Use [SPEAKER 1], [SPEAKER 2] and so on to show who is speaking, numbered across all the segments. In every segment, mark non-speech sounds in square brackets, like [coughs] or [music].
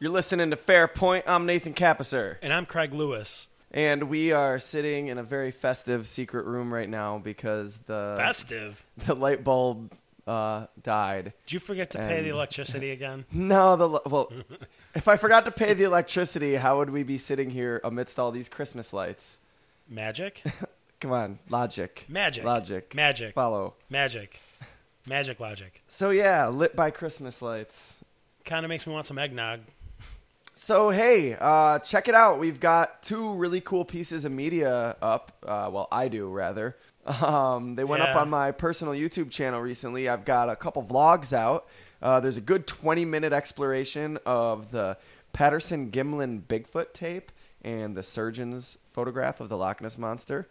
[SPEAKER 1] You're listening to Fair Point. I'm Nathan Capisser.
[SPEAKER 2] And I'm Craig Lewis.
[SPEAKER 1] And we are sitting in a very festive secret room right now because the
[SPEAKER 2] Festive.
[SPEAKER 1] the light bulb uh, died.
[SPEAKER 2] Did you forget to pay
[SPEAKER 1] And-
[SPEAKER 2] the electricity again?
[SPEAKER 1] No, the li-
[SPEAKER 2] [laughs]
[SPEAKER 1] well, if I forgot to pay the electricity, how would we be sitting here amidst all these Christmas lights?
[SPEAKER 2] Magic?
[SPEAKER 1] Come on, logic,
[SPEAKER 2] Magic.
[SPEAKER 1] logic,
[SPEAKER 2] Magic.
[SPEAKER 1] follow.
[SPEAKER 2] Magic. Magic logic.
[SPEAKER 1] So yeah, lit by Christmas lights.
[SPEAKER 2] Kind of makes me want some eggnog.
[SPEAKER 1] So hey, uh, check it out. We've got two really cool pieces of media up. Uh, well, I do rather. [laughs] Um, they went up
[SPEAKER 2] Yeah.
[SPEAKER 1] on my personal YouTube channel recently. I've got a couple vlogs out. Uh, there's a good 20 minute exploration of the Patterson Gimlin Bigfoot tape and the surgeon's photograph of the Loch Ness monster.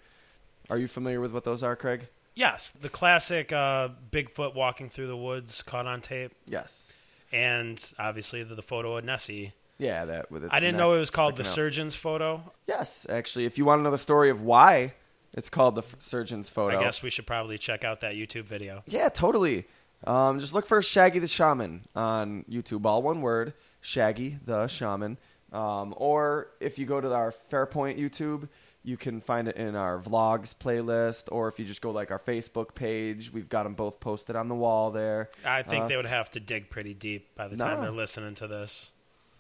[SPEAKER 1] Are you familiar with what those are, Craig?
[SPEAKER 2] Yes, the classic uh, Bigfoot walking through the woods caught on tape.
[SPEAKER 1] Yes.
[SPEAKER 2] And obviously the, the photo of Nessie.
[SPEAKER 1] Yeah, that with its
[SPEAKER 2] I didn't
[SPEAKER 1] neck
[SPEAKER 2] know it was called the
[SPEAKER 1] sticking out.
[SPEAKER 2] surgeon's photo.
[SPEAKER 1] Yes, actually, if you want to know the story of why it's called the f- surgeon's photo,
[SPEAKER 2] I guess we should probably check out that YouTube video.
[SPEAKER 1] Yeah, totally. Um, just look for Shaggy the Shaman on YouTube, all one word, Shaggy the Shaman. Um, or if you go to our Fairpoint YouTube, you can find it in our vlogs playlist, or if you just go like our Facebook page, we've got them both posted on the wall there.
[SPEAKER 2] I think
[SPEAKER 1] Uh,
[SPEAKER 2] they would have to dig pretty deep by the time
[SPEAKER 1] No.
[SPEAKER 2] they're listening to this.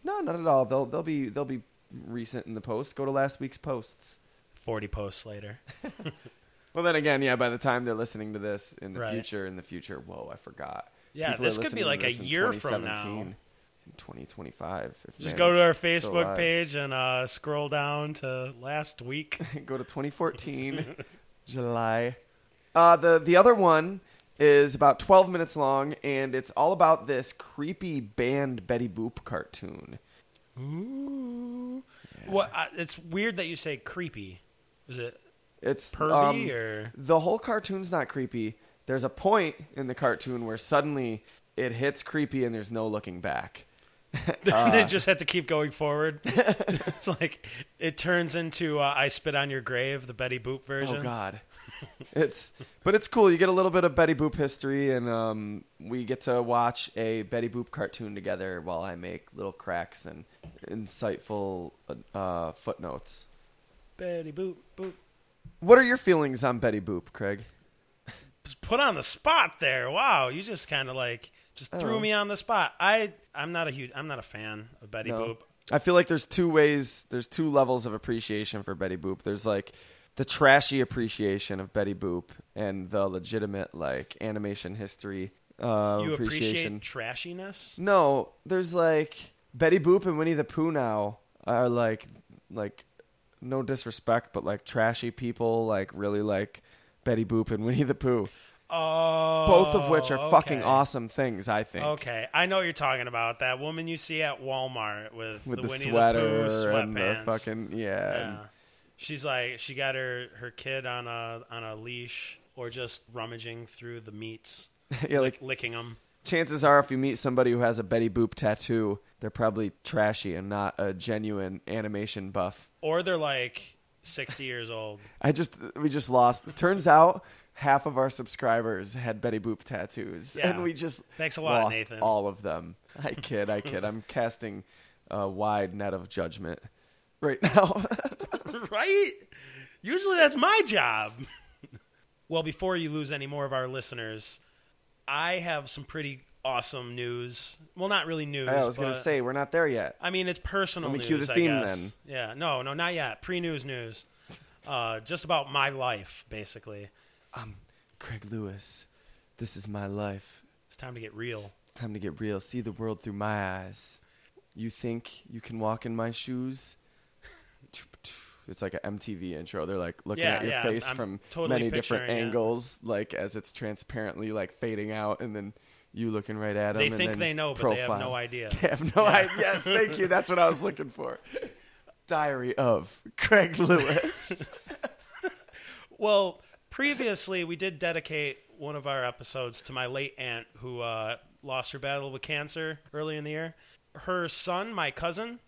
[SPEAKER 1] No, not at all. They'll they'll be they'll be recent in the post. Go to last week's posts.
[SPEAKER 2] 40 posts later.
[SPEAKER 1] Well, then again, yeah, by the time they're listening to this in the
[SPEAKER 2] Right.
[SPEAKER 1] future, in the future, whoa, I forgot.
[SPEAKER 2] Yeah,
[SPEAKER 1] are
[SPEAKER 2] this could
[SPEAKER 1] listening
[SPEAKER 2] be
[SPEAKER 1] to
[SPEAKER 2] like a
[SPEAKER 1] this in
[SPEAKER 2] year from
[SPEAKER 1] 2017,
[SPEAKER 2] now.
[SPEAKER 1] In 2025. if man
[SPEAKER 2] Just go
[SPEAKER 1] is
[SPEAKER 2] to our
[SPEAKER 1] still
[SPEAKER 2] Facebook
[SPEAKER 1] alive.
[SPEAKER 2] page and uh, scroll down to last week.
[SPEAKER 1] [laughs] go to 2014,
[SPEAKER 2] [laughs]
[SPEAKER 1] July. Uh, the the other one is about 12 minutes long, and it's all about this creepy banned Betty Boop cartoon.
[SPEAKER 2] Ooh. Well, I, it's weird that you say creepy. Is it
[SPEAKER 1] It's
[SPEAKER 2] pervy
[SPEAKER 1] um,
[SPEAKER 2] or [laughs]
[SPEAKER 1] the whole cartoon's not creepy. There's a point in the cartoon where suddenly it hits creepy, and there's no looking back. uh,
[SPEAKER 2] they just had to keep going forward? [laughs] it's like it turns into uh, "I spit on your grave," the Betty Boop version.
[SPEAKER 1] Oh God, [laughs] it's but it's cool. You get a little bit of Betty Boop history, and um, we get to watch a Betty Boop cartoon together while I make little cracks and insightful uh, footnotes.
[SPEAKER 2] Betty Boop Boop.
[SPEAKER 1] What are your feelings on Betty Boop, Craig?
[SPEAKER 2] Just Put on the spot there. Wow, you just kind of like just
[SPEAKER 1] Oh.
[SPEAKER 2] threw me on the spot. I I'm not a huge I'm not a fan of Betty
[SPEAKER 1] No.
[SPEAKER 2] Boop.
[SPEAKER 1] I feel like there's two ways, there's two levels of appreciation for Betty Boop. There's like the trashy appreciation of Betty Boop and the legitimate like animation history uh,
[SPEAKER 2] You
[SPEAKER 1] appreciation.
[SPEAKER 2] appreciate trashiness.
[SPEAKER 1] No, there's like Betty Boop and Winnie the Pooh now are like like no disrespect, but like trashy people like really like Betty Boop and Winnie the Pooh.
[SPEAKER 2] Oh,
[SPEAKER 1] Both of which are fucking
[SPEAKER 2] okay.
[SPEAKER 1] awesome things, I think.
[SPEAKER 2] Okay, I know what you're talking about. That woman you see at Walmart with,
[SPEAKER 1] With
[SPEAKER 2] the,
[SPEAKER 1] the,
[SPEAKER 2] Winnie
[SPEAKER 1] sweater
[SPEAKER 2] the Pooh
[SPEAKER 1] and the
[SPEAKER 2] sweatpants.
[SPEAKER 1] fucking yeah. and-
[SPEAKER 2] yeah. She's like she got her her kid on a on a leash or just rummaging through the meats,
[SPEAKER 1] [laughs] yeah, like
[SPEAKER 2] licking them.
[SPEAKER 1] chances are if you meet somebody who has a Betty Boop tattoo, they're probably trashy and not a genuine animation buff.
[SPEAKER 2] Or they're like 60
[SPEAKER 1] [laughs]
[SPEAKER 2] years old.
[SPEAKER 1] I just we just lost. Turns out half of our subscribers had Betty Boop tattoos,
[SPEAKER 2] Yeah.
[SPEAKER 1] and we just
[SPEAKER 2] Thanks a lot,
[SPEAKER 1] lost
[SPEAKER 2] Nathan.
[SPEAKER 1] all of them. I kid, I kid. I'm casting a wide net of judgment right [laughs] now.
[SPEAKER 2] right? Usually that's my job. [laughs] well, before you lose any more of our listeners, I have some pretty awesome news. Well, not really news.
[SPEAKER 1] I was gonna
[SPEAKER 2] but-
[SPEAKER 1] say we're not there yet.
[SPEAKER 2] I mean, it's personal.
[SPEAKER 1] Let me
[SPEAKER 2] news,
[SPEAKER 1] cue the
[SPEAKER 2] I
[SPEAKER 1] theme,
[SPEAKER 2] guess.
[SPEAKER 1] then.
[SPEAKER 2] Yeah, no, no, not yet. Pre-news news, uh, just about my life, basically.
[SPEAKER 1] Um, Craig Lewis, this is my life.
[SPEAKER 2] It's time to get real.
[SPEAKER 1] It's time to get real. See the world through my eyes. You think you can walk in my shoes? [laughs] It's like an MTV intro. They're like looking
[SPEAKER 2] Yeah,
[SPEAKER 1] at your
[SPEAKER 2] yeah, I'm-
[SPEAKER 1] face
[SPEAKER 2] I'm
[SPEAKER 1] from
[SPEAKER 2] totally
[SPEAKER 1] many different
[SPEAKER 2] picturing it.
[SPEAKER 1] angles, like as it's transparently like fading out, and then you looking right at them.
[SPEAKER 2] They
[SPEAKER 1] and
[SPEAKER 2] think
[SPEAKER 1] then
[SPEAKER 2] they know, but they have
[SPEAKER 1] profile. [laughs]
[SPEAKER 2] no idea.
[SPEAKER 1] They have no idea. Yes, thank you. That's what I was looking
[SPEAKER 2] [laughs]
[SPEAKER 1] for. Diary of Craig
[SPEAKER 2] [laughs]
[SPEAKER 1] Lewis.
[SPEAKER 2] Well, previously we did dedicate one of our episodes to my late aunt who uh, lost her battle with cancer early in the year. Her son, my cousin,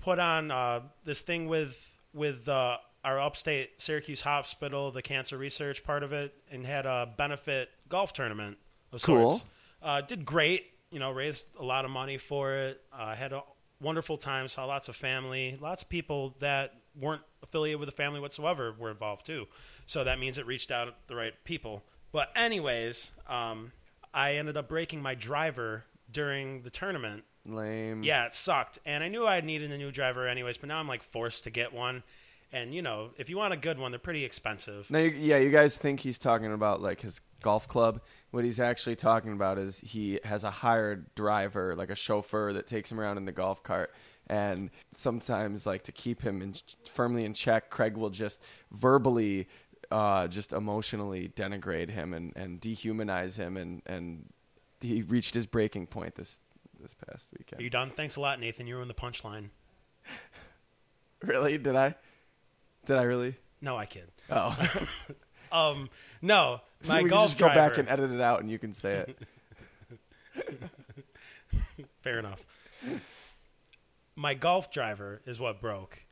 [SPEAKER 2] put on uh, this thing with with uh, our upstate Syracuse hospital, the cancer research part of it, and had a benefit golf tournament. Of
[SPEAKER 1] Cool.
[SPEAKER 2] Sorts. Uh, did great. You know, raised a lot of money for it. Uh, had a, wonderful time. Saw lots of family, lots of people that weren't affiliated with the family whatsoever were involved too. So that means it reached out the right people. But anyways, um, I ended up breaking my driver during the tournament.
[SPEAKER 1] Lame.
[SPEAKER 2] Yeah, it sucked, and I knew I needed a new driver anyways. But now I'm like forced to get one. And you know, if you want a good one, they're pretty expensive.
[SPEAKER 1] Now, you, yeah, you guys think he's talking about like his golf club. What he's actually talking about is he has a hired driver, like a chauffeur, that takes him around in the golf cart. And sometimes, like to keep him in, firmly in check, Craig will just verbally, uh, just emotionally denigrate him and, and dehumanize him. And, and he reached his breaking point this this past
[SPEAKER 2] Are
[SPEAKER 1] weekend.
[SPEAKER 2] you done? Thanks a lot, Nathan. You ruined the punchline.
[SPEAKER 1] really? Did I? Did I really?
[SPEAKER 2] No, I kid.
[SPEAKER 1] Oh,
[SPEAKER 2] Um, no,
[SPEAKER 1] [laughs] So
[SPEAKER 2] my
[SPEAKER 1] we can
[SPEAKER 2] golf
[SPEAKER 1] just go back
[SPEAKER 2] driver-
[SPEAKER 1] and edit it out, and you can say
[SPEAKER 2] [laughs]
[SPEAKER 1] it.
[SPEAKER 2] Fair enough. My golf driver is what broke.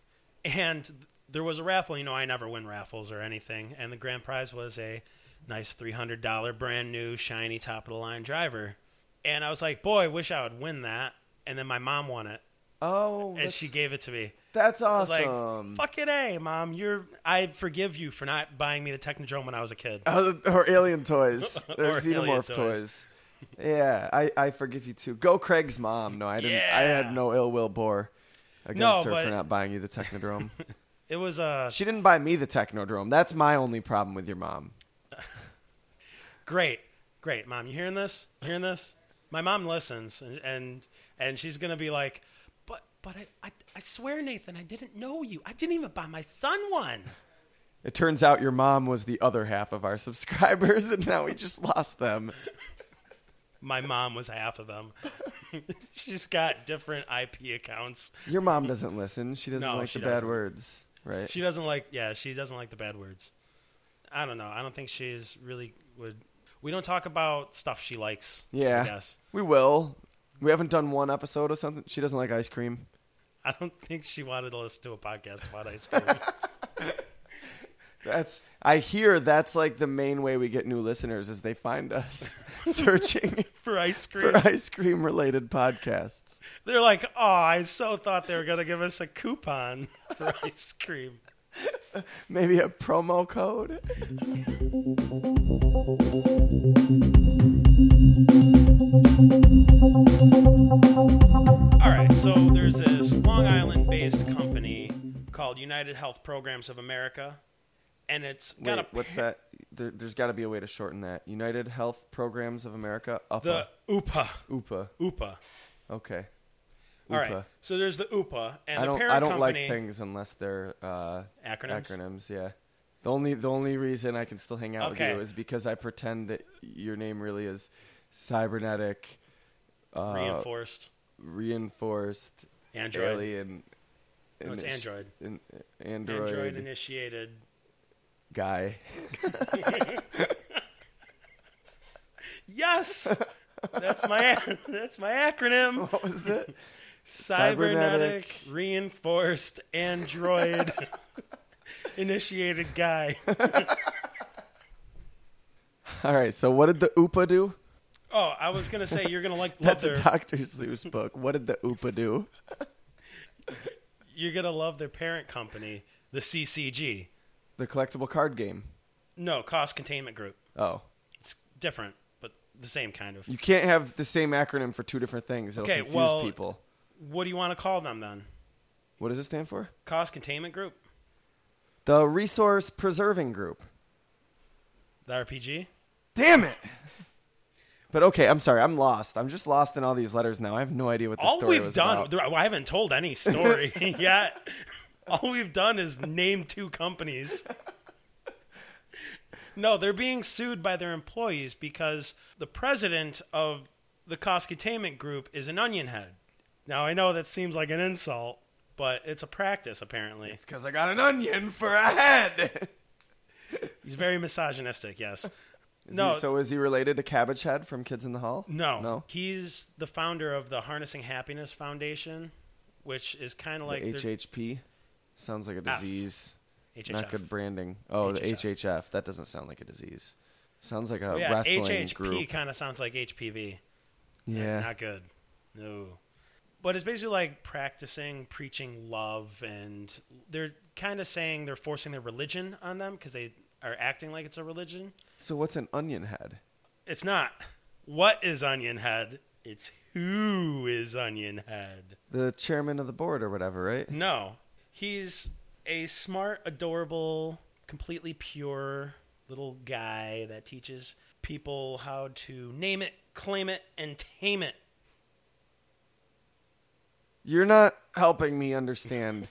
[SPEAKER 2] And there was a raffle. You know, I never win raffles or anything. And the grand prize was a nice $300 brand new, shiny, top of the line driver. And I was like, boy, wish I would win that. And then my mom won it.
[SPEAKER 1] Oh,
[SPEAKER 2] And
[SPEAKER 1] that's,
[SPEAKER 2] she gave it to me.
[SPEAKER 1] that's
[SPEAKER 2] I was
[SPEAKER 1] awesome. [laughs]
[SPEAKER 2] like, fuck it, A, mom. You're, I forgive you for not buying me the Technodrome when I was a kid.
[SPEAKER 1] Uh, or alien
[SPEAKER 2] [laughs]
[SPEAKER 1] toys.
[SPEAKER 2] Or
[SPEAKER 1] They're
[SPEAKER 2] alien
[SPEAKER 1] xenomorph
[SPEAKER 2] toys.
[SPEAKER 1] toys. Yeah, I, I forgive you too. Go Craig's mom. No, I didn't. I
[SPEAKER 2] Yeah.
[SPEAKER 1] had no ill will bore against
[SPEAKER 2] No,
[SPEAKER 1] her
[SPEAKER 2] but-
[SPEAKER 1] for not buying you the
[SPEAKER 2] [laughs]
[SPEAKER 1] Technodrome.
[SPEAKER 2] It was uh,
[SPEAKER 1] she didn't buy me the Technodrome. That's my only problem with your mom.
[SPEAKER 2] great, great, mom. You hearing this? You hearing this? My mom listens, and and, and she's gonna be like, but but I, I I swear, Nathan, I didn't know you. I didn't even buy my son one.
[SPEAKER 1] It turns out your mom was the other half of our [laughs] subscribers, and now we just lost them.
[SPEAKER 2] My mom was half of them. [laughs] She's got different IP accounts.
[SPEAKER 1] Your mom doesn't listen. She doesn't
[SPEAKER 2] No,
[SPEAKER 1] like
[SPEAKER 2] she
[SPEAKER 1] the bad
[SPEAKER 2] doesn't.
[SPEAKER 1] words, right?
[SPEAKER 2] She doesn't like yeah, she doesn't like the bad words. I don't know. I don't think she's really would. We don't talk about stuff she likes.
[SPEAKER 1] Yeah.
[SPEAKER 2] I guess.
[SPEAKER 1] we will. We haven't done one episode or something. She doesn't like ice cream.
[SPEAKER 2] I don't [laughs] think she wanted to listen to a podcast about ice
[SPEAKER 1] [laughs]
[SPEAKER 2] cream.
[SPEAKER 1] That's I hear that's like the main way we get new listeners is they find
[SPEAKER 2] [laughs]
[SPEAKER 1] us searching
[SPEAKER 2] For ice cream.
[SPEAKER 1] for ice cream related podcasts.
[SPEAKER 2] They're like, oh, I so thought they were going to give us a coupon [laughs] for ice cream.
[SPEAKER 1] Maybe a promo code.
[SPEAKER 2] All right, so there's this Long Island based company called United Health Programs of America, and it's got
[SPEAKER 1] Wait,
[SPEAKER 2] a.
[SPEAKER 1] what's that? There, there's got to be a way to shorten that. United Health Programs of America.
[SPEAKER 2] The
[SPEAKER 1] UPA.
[SPEAKER 2] UPA.
[SPEAKER 1] UPA.
[SPEAKER 2] UPA.
[SPEAKER 1] Okay.
[SPEAKER 2] All right,
[SPEAKER 1] UPA.
[SPEAKER 2] so there's the UPA, and
[SPEAKER 1] I
[SPEAKER 2] the
[SPEAKER 1] don't.
[SPEAKER 2] parent
[SPEAKER 1] I don't like
[SPEAKER 2] company.
[SPEAKER 1] things unless they're uh,
[SPEAKER 2] Acronyms?
[SPEAKER 1] Acronyms. Yeah. The only the only reason I can still hang out
[SPEAKER 2] Okay.
[SPEAKER 1] with you is because I pretend that your name really is cybernetic. Uh,
[SPEAKER 2] Reinforced.
[SPEAKER 1] reinforced
[SPEAKER 2] Android.
[SPEAKER 1] alien.
[SPEAKER 2] No, it's
[SPEAKER 1] inis-
[SPEAKER 2] Android.
[SPEAKER 1] in- Android,
[SPEAKER 2] Android initiated. [laughs]
[SPEAKER 1] guy. [laughs]
[SPEAKER 2] Yes! That's my that's my acronym.
[SPEAKER 1] What was it?
[SPEAKER 2] cybernetic,
[SPEAKER 1] Cybernetic.
[SPEAKER 2] reinforced
[SPEAKER 1] [laughs]
[SPEAKER 2] android initiated guy.
[SPEAKER 1] All right. So what did the Oopa do?
[SPEAKER 2] Oh, I was gonna say you're gonna
[SPEAKER 1] [laughs]
[SPEAKER 2] like love
[SPEAKER 1] That's a
[SPEAKER 2] their
[SPEAKER 1] Dr. Seuss book. What did the Oopa do?
[SPEAKER 2] you're gonna love their parent company, the CCG.
[SPEAKER 1] The collectible card game.
[SPEAKER 2] No, cost containment group.
[SPEAKER 1] Oh,
[SPEAKER 2] It's different, but the same kind of.
[SPEAKER 1] you can't have the same acronym for two different things. It'll
[SPEAKER 2] Okay,
[SPEAKER 1] confuse
[SPEAKER 2] well-
[SPEAKER 1] people.
[SPEAKER 2] What do you want to call them then?
[SPEAKER 1] What does it stand for?
[SPEAKER 2] Cost containment group,
[SPEAKER 1] The Resource Preserving Group.
[SPEAKER 2] the RPG.
[SPEAKER 1] Damn it! But okay, I'm sorry. I'm lost. I'm just lost in all these letters now. I have no idea what the
[SPEAKER 2] All
[SPEAKER 1] story
[SPEAKER 2] we've
[SPEAKER 1] was
[SPEAKER 2] done,
[SPEAKER 1] about.
[SPEAKER 2] there- well, I haven't told any story [laughs] yet. All we've done is name two companies. No, they're being sued by their employees because the president of the cost containment group is an onion head. Now, I know that seems like an insult, but it's a practice, apparently.
[SPEAKER 1] It's because I got an onion for a head. [laughs]
[SPEAKER 2] He's very misogynistic, yes.
[SPEAKER 1] Is
[SPEAKER 2] No.
[SPEAKER 1] he- so is he related to Cabbage Head from Kids in the Hall?
[SPEAKER 2] No,
[SPEAKER 1] No.
[SPEAKER 2] He's the founder of the Harnessing Happiness Foundation, which is kind of like
[SPEAKER 1] The
[SPEAKER 2] their-
[SPEAKER 1] HHP sounds like a
[SPEAKER 2] F.
[SPEAKER 1] disease. Not
[SPEAKER 2] HHF.
[SPEAKER 1] good branding. Oh, the
[SPEAKER 2] HHF.
[SPEAKER 1] HHF. That doesn't sound like a disease. Sounds like a
[SPEAKER 2] Oh, yeah,
[SPEAKER 1] wrestling
[SPEAKER 2] HHP
[SPEAKER 1] group.
[SPEAKER 2] kind of sounds like HPV.
[SPEAKER 1] Yeah.
[SPEAKER 2] Not good. No. But it's basically like practicing preaching love, and they're kind of saying they're forcing their religion on them because they are acting like it's a religion.
[SPEAKER 1] So what's an onion head?
[SPEAKER 2] It's not. What is Onion Head? It's who is Onion Head?
[SPEAKER 1] The chairman of the board or whatever, right?
[SPEAKER 2] No. He's a smart, adorable, completely pure little guy that teaches people how to name it, claim it, and tame it.
[SPEAKER 1] You're not helping me understand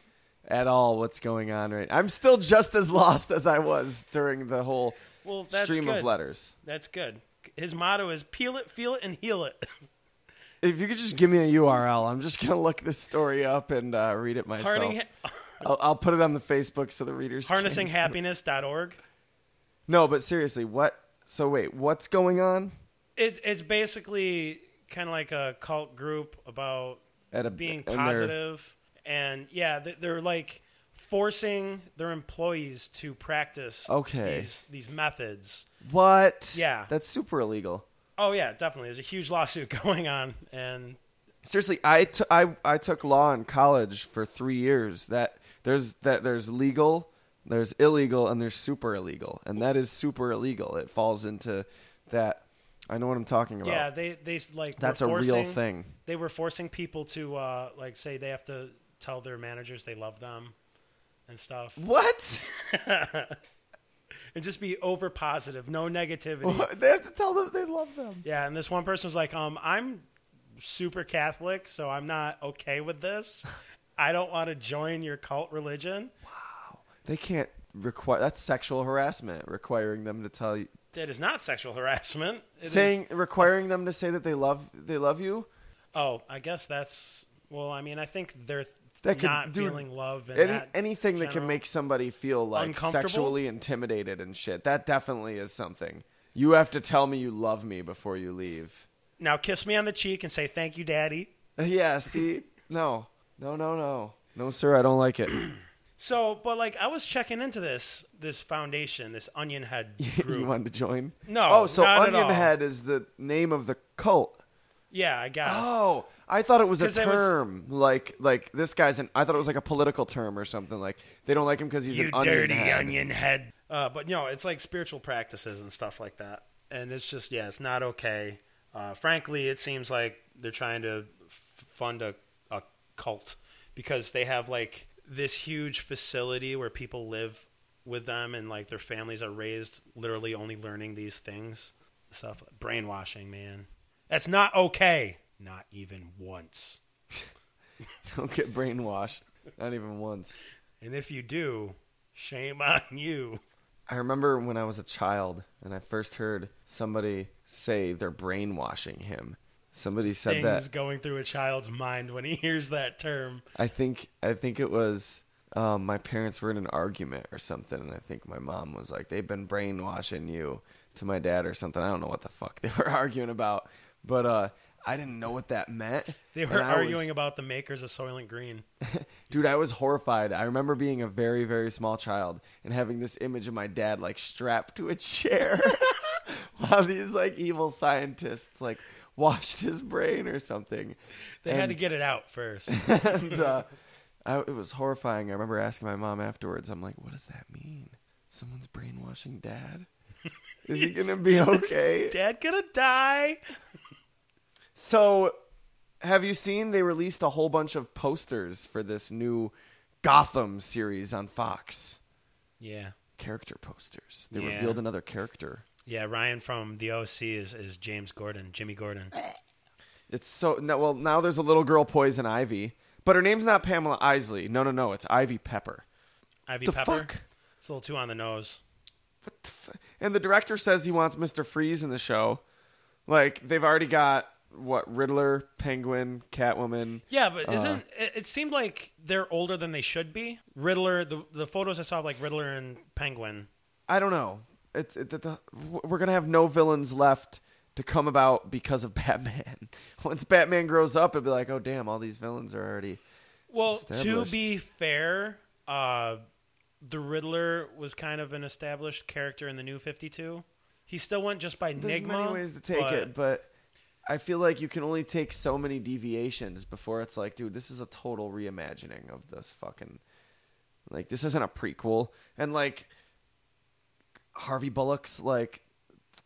[SPEAKER 1] at all what's going on right. I'm still just as lost as I was during the whole
[SPEAKER 2] Well, that's
[SPEAKER 1] stream
[SPEAKER 2] good.
[SPEAKER 1] of letters.
[SPEAKER 2] That's good. His motto is peel it, feel it, and heal it.
[SPEAKER 1] If you could just give me a URL, I'm just gonna look this story up and uh, read it
[SPEAKER 2] [laughs]
[SPEAKER 1] myself.
[SPEAKER 2] Harning,
[SPEAKER 1] I'll, I'll put it on the Facebook so the readers can-
[SPEAKER 2] harnessinghappiness.org.
[SPEAKER 1] No, but seriously, what? So wait, what's going on
[SPEAKER 2] It, it's basically kind of like a cult group about
[SPEAKER 1] at a
[SPEAKER 2] being
[SPEAKER 1] and they're-
[SPEAKER 2] positive and yeah th- they're like forcing their employees to practice
[SPEAKER 1] Okay.
[SPEAKER 2] these, these methods
[SPEAKER 1] What?
[SPEAKER 2] Yeah.
[SPEAKER 1] that's super illegal.
[SPEAKER 2] oh yeah definitely there's a huge lawsuit [laughs] going on and
[SPEAKER 1] Seriously, I t- I I took law in college for three years. That there's that there's legal, there's illegal, and there's super illegal, and that is super illegal. It falls into that. I know what I'm talking about.
[SPEAKER 2] yeah they they s- like were
[SPEAKER 1] that's a real
[SPEAKER 2] forcing-
[SPEAKER 1] thing.
[SPEAKER 2] they were forcing people to uh like say they have to tell their managers they love them and stuff
[SPEAKER 1] What? [laughs]
[SPEAKER 2] and just be over positive no negativity
[SPEAKER 1] what? They have to tell them they love them.
[SPEAKER 2] Yeah, and this one person was like, um, I'm super Catholic, so I'm not okay with this. I don't want to join your cult religion.
[SPEAKER 1] They can't require. That's sexual harassment. Requiring them to tell you,
[SPEAKER 2] That is not sexual harassment. It is-
[SPEAKER 1] saying, requiring them to say that they love they love you.
[SPEAKER 2] oh, I guess that's well. I mean, I think they're
[SPEAKER 1] That could-
[SPEAKER 2] not
[SPEAKER 1] dude,
[SPEAKER 2] feeling love and
[SPEAKER 1] Any,
[SPEAKER 2] that
[SPEAKER 1] anything that can
[SPEAKER 2] general-
[SPEAKER 1] make somebody feel like
[SPEAKER 2] Uncomfortable?
[SPEAKER 1] sexually intimidated and shit. That definitely is something. You have to tell me you love me before you leave. [laughs]
[SPEAKER 2] Now kiss me on the cheek and say thank you, Daddy.
[SPEAKER 1] Yeah, see? No. No, no, no. No, sir, I don't like
[SPEAKER 2] [coughs]
[SPEAKER 1] it. [laughs]
[SPEAKER 2] So, but like, I was checking into this this foundation, this Onion Head
[SPEAKER 1] [laughs] you
[SPEAKER 2] group.
[SPEAKER 1] wanted to join?
[SPEAKER 2] No,
[SPEAKER 1] Oh, so
[SPEAKER 2] not at
[SPEAKER 1] Onion
[SPEAKER 2] all.
[SPEAKER 1] Head is the name of the cult.
[SPEAKER 2] yeah, I guess.
[SPEAKER 1] Oh, I thought it was a
[SPEAKER 2] 'Cause it was-
[SPEAKER 1] term like like this guy's an. I thought it was like a political term or something. Like they don't like him because he's
[SPEAKER 2] you
[SPEAKER 1] an onion
[SPEAKER 2] dirty
[SPEAKER 1] head.
[SPEAKER 2] onion head. Uh, but no, it's like spiritual practices and stuff like that, and it's just yeah, it's not okay. Uh, frankly, it seems like they're trying to f- fund a, a cult because they have like this huge facility where people live with them and like their families are raised literally only learning these things stuff brainwashing man that's not okay not even once
[SPEAKER 1] Don't get brainwashed, not even once.
[SPEAKER 2] and if you do shame on you
[SPEAKER 1] I remember when I was a child and I first heard somebody say they're brainwashing him. Somebody said
[SPEAKER 2] things
[SPEAKER 1] that.
[SPEAKER 2] going through a child's mind when he hears that term.
[SPEAKER 1] I think I think it was um, my parents were in an argument or something, and I think my mom was like, "They've been brainwashing you" to my dad or something. I don't know what the fuck they [laughs] were arguing about, but uh, I didn't know what that meant.
[SPEAKER 2] They were
[SPEAKER 1] And I was-
[SPEAKER 2] arguing about the makers of Soylent Green.
[SPEAKER 1] Dude, I was horrified. I remember being a very, very small child and having this image of my dad like strapped to a chair [laughs] while these like evil scientists like washed his brain or something.
[SPEAKER 2] They had to get it out
[SPEAKER 1] [laughs]
[SPEAKER 2] first.
[SPEAKER 1] And uh, I, it was horrifying. I remember asking my mom afterwards, I'm like, what does that mean? Someone's brainwashing
[SPEAKER 2] [laughs]
[SPEAKER 1] dad? Is he going to be okay?
[SPEAKER 2] Dad gonna die.
[SPEAKER 1] So, have you seen they released a whole bunch of posters for this new Gotham series on Fox?
[SPEAKER 2] Yeah,
[SPEAKER 1] character posters. They
[SPEAKER 2] Yeah.
[SPEAKER 1] revealed another character.
[SPEAKER 2] yeah. Ryan from the OC is, is James Gordon, Jimmy Gordon.
[SPEAKER 1] It's so no, well now. There's a little girl, Poison Ivy, but her name's not Pamela Isley. No, no, no. It's Ivy Pepper.
[SPEAKER 2] Ivy
[SPEAKER 1] The
[SPEAKER 2] Pepper.
[SPEAKER 1] fuck?
[SPEAKER 2] It's a little too on the nose.
[SPEAKER 1] What the f- and the director says he wants Mister Freeze in the show. Like they've already got what Riddler, Penguin, Catwoman.
[SPEAKER 2] Yeah, but isn't it, it seemed like they're older than they should be? Riddler. The the photos I saw of like Riddler and Penguin.
[SPEAKER 1] I don't know. It's it, the, the, we're gonna have no villains left to come about because of [laughs] Batman. Once Batman grows up, it'll be like, oh damn, all these villains are already.
[SPEAKER 2] Well, to
[SPEAKER 1] Established.
[SPEAKER 2] be fair, uh, the Riddler was kind of an established character in the New Fifty Two. He still went just by
[SPEAKER 1] There's
[SPEAKER 2] Nigma.
[SPEAKER 1] many ways to take
[SPEAKER 2] but
[SPEAKER 1] it, but I feel like you can only take so many deviations before it's like, dude, this is a total reimagining of this fucking. Like, this isn't a prequel. And, like, Harvey Bullock's, like,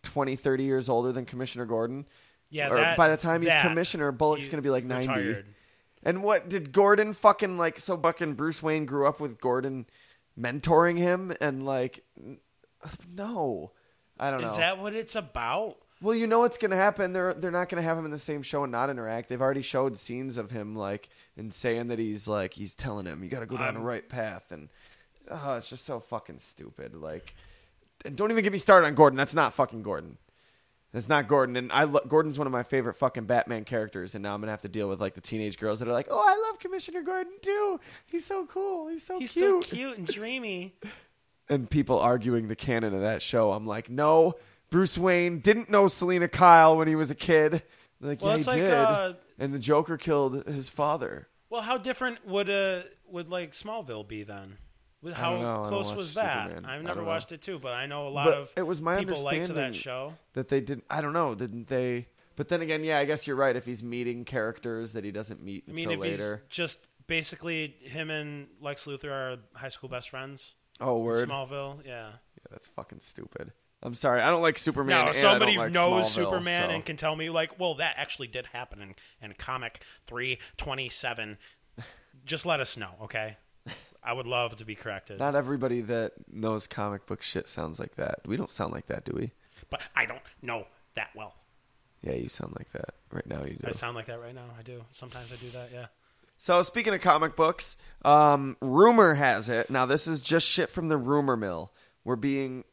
[SPEAKER 1] 20, 30 years older than Commissioner Gordon.
[SPEAKER 2] Yeah,
[SPEAKER 1] Or
[SPEAKER 2] that-
[SPEAKER 1] by the time he's
[SPEAKER 2] that,
[SPEAKER 1] commissioner, Bullock's
[SPEAKER 2] he's
[SPEAKER 1] going to be, like, 90.
[SPEAKER 2] retired.
[SPEAKER 1] And what did Gordon fucking like? So fucking Bruce Wayne grew up with Gordon mentoring him, and like, n- no, I don't
[SPEAKER 2] Is
[SPEAKER 1] know.
[SPEAKER 2] that what it's about?
[SPEAKER 1] well, you know what's gonna happen. They're they're not gonna have him in the same show and not interact. They've already showed scenes of him like and saying that he's like he's telling him you got to go down the
[SPEAKER 2] I'm-
[SPEAKER 1] right path, and oh, it's just so fucking stupid. Like, and don't even get me started on Gordon. That's not fucking Gordon. That's not Gordon, and I lo- Gordon's one of my favorite fucking Batman characters, and now I'm gonna have to deal with like the teenage girls that are like, "Oh, I love Commissioner Gordon too. He's so cool. He's so
[SPEAKER 2] He's
[SPEAKER 1] cute."
[SPEAKER 2] so cute and dreamy.
[SPEAKER 1] And people arguing the canon of that show. I'm like, no, Bruce Wayne didn't know Selena Kyle when he was a kid. They're Like,
[SPEAKER 2] Well,
[SPEAKER 1] yeah, he
[SPEAKER 2] it's like,
[SPEAKER 1] did.
[SPEAKER 2] uh,
[SPEAKER 1] and the Joker killed his father.
[SPEAKER 2] Well, how different would uh would like Smallville be then? With- How
[SPEAKER 1] know. I don't
[SPEAKER 2] close
[SPEAKER 1] watch
[SPEAKER 2] was that?
[SPEAKER 1] Superman. I
[SPEAKER 2] I've never
[SPEAKER 1] don't know.
[SPEAKER 2] watched it too, but I know a lot
[SPEAKER 1] But
[SPEAKER 2] of
[SPEAKER 1] it was my
[SPEAKER 2] people liked that
[SPEAKER 1] understanding-
[SPEAKER 2] show.
[SPEAKER 1] that they didn't i don't know didn't they but then again yeah i guess you're right if he's meeting characters that he doesn't meet
[SPEAKER 2] I mean,
[SPEAKER 1] until
[SPEAKER 2] if he's
[SPEAKER 1] later
[SPEAKER 2] just basically him and Lex Luthor are high school best friends.
[SPEAKER 1] oh
[SPEAKER 2] in
[SPEAKER 1] word
[SPEAKER 2] Smallville, yeah.
[SPEAKER 1] yeah, that's fucking stupid i'm sorry i don't like superman
[SPEAKER 2] Now,
[SPEAKER 1] and
[SPEAKER 2] if
[SPEAKER 1] I
[SPEAKER 2] somebody
[SPEAKER 1] don't like
[SPEAKER 2] knows
[SPEAKER 1] Smallville,
[SPEAKER 2] Superman
[SPEAKER 1] so-
[SPEAKER 2] and can tell me, like, well, that actually did happen in, in comic 327, [laughs] just let us know, okay? I would love to be corrected.
[SPEAKER 1] not everybody that knows comic book shit sounds like that we don't sound like that do we
[SPEAKER 2] but I don't know that well.
[SPEAKER 1] yeah you sound like that right now you do
[SPEAKER 2] I sound like that right now. I do. Sometimes I do that, yeah.
[SPEAKER 1] So speaking of comic books, um, rumor has it. Now this is just shit from the rumor mill. We're being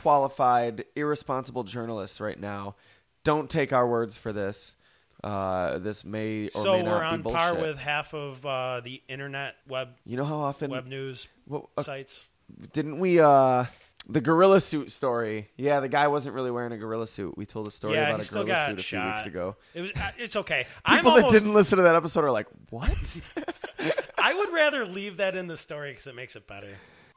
[SPEAKER 1] unqualified, irresponsible journalists right now. Don't take our words for this. Uh, this may or
[SPEAKER 2] so
[SPEAKER 1] may not
[SPEAKER 2] we're
[SPEAKER 1] be
[SPEAKER 2] on
[SPEAKER 1] bullshit.
[SPEAKER 2] par with half of uh, the internet web
[SPEAKER 1] you know how often
[SPEAKER 2] web news
[SPEAKER 1] Well, uh,
[SPEAKER 2] sites.
[SPEAKER 1] didn't we? Uh, the gorilla suit story. Yeah, the guy wasn't really wearing a gorilla suit. We told a story
[SPEAKER 2] Yeah,
[SPEAKER 1] about
[SPEAKER 2] he
[SPEAKER 1] a
[SPEAKER 2] still
[SPEAKER 1] gorilla
[SPEAKER 2] got
[SPEAKER 1] suit a few
[SPEAKER 2] shot.
[SPEAKER 1] weeks ago.
[SPEAKER 2] It was, uh, it's okay.
[SPEAKER 1] [laughs]
[SPEAKER 2] I'm
[SPEAKER 1] People
[SPEAKER 2] almost,
[SPEAKER 1] that didn't listen to that episode are like,
[SPEAKER 2] [laughs]
[SPEAKER 1] "What?"
[SPEAKER 2] I would rather leave that in the story because it makes it better.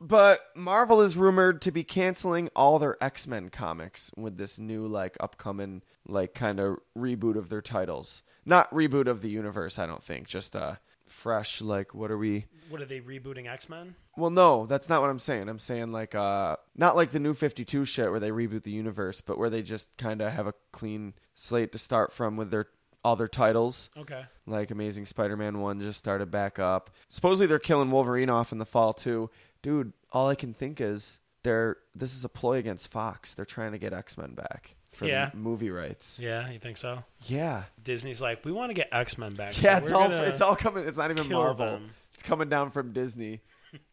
[SPEAKER 1] But Marvel is rumored to be canceling all their X Men comics with this new, like, upcoming, like, kind of reboot of their titles. Not reboot of the universe, I don't think. Just a fresh, like, what are we?
[SPEAKER 2] What are they rebooting X Men?
[SPEAKER 1] Well, no, that's not what I'm saying. I'm saying, like, uh, not like the new 52 shit where they reboot the universe, but where they just kind of have a clean slate to start from with their all their titles
[SPEAKER 2] Okay.
[SPEAKER 1] like Amazing Spider-Man 1 just started back up. Supposedly they're killing Wolverine off in the fall too. Dude, all I can think is they're this is a ploy against Fox. They're trying to get X-Men back for the
[SPEAKER 2] Yeah.
[SPEAKER 1] movie rights.
[SPEAKER 2] Yeah, you think so?
[SPEAKER 1] Yeah.
[SPEAKER 2] Disney's like, we want to get X Men back. so
[SPEAKER 1] Yeah, it's
[SPEAKER 2] we're
[SPEAKER 1] all
[SPEAKER 2] gonna-
[SPEAKER 1] it's all coming it's not even
[SPEAKER 2] kill
[SPEAKER 1] Marvel.
[SPEAKER 2] them.
[SPEAKER 1] It's coming down from Disney.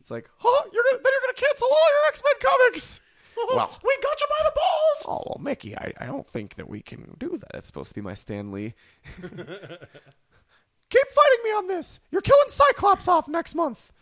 [SPEAKER 1] It's like, "Huh, you're going to then you're going to cancel all your X-Men comics." [laughs] well,
[SPEAKER 2] we got you by the balls.
[SPEAKER 1] Oh well, Mickey, I, I don't think that we can do that. It's supposed to be my Stan Lee. Keep fighting me on this. You're killing Cyclops off next month.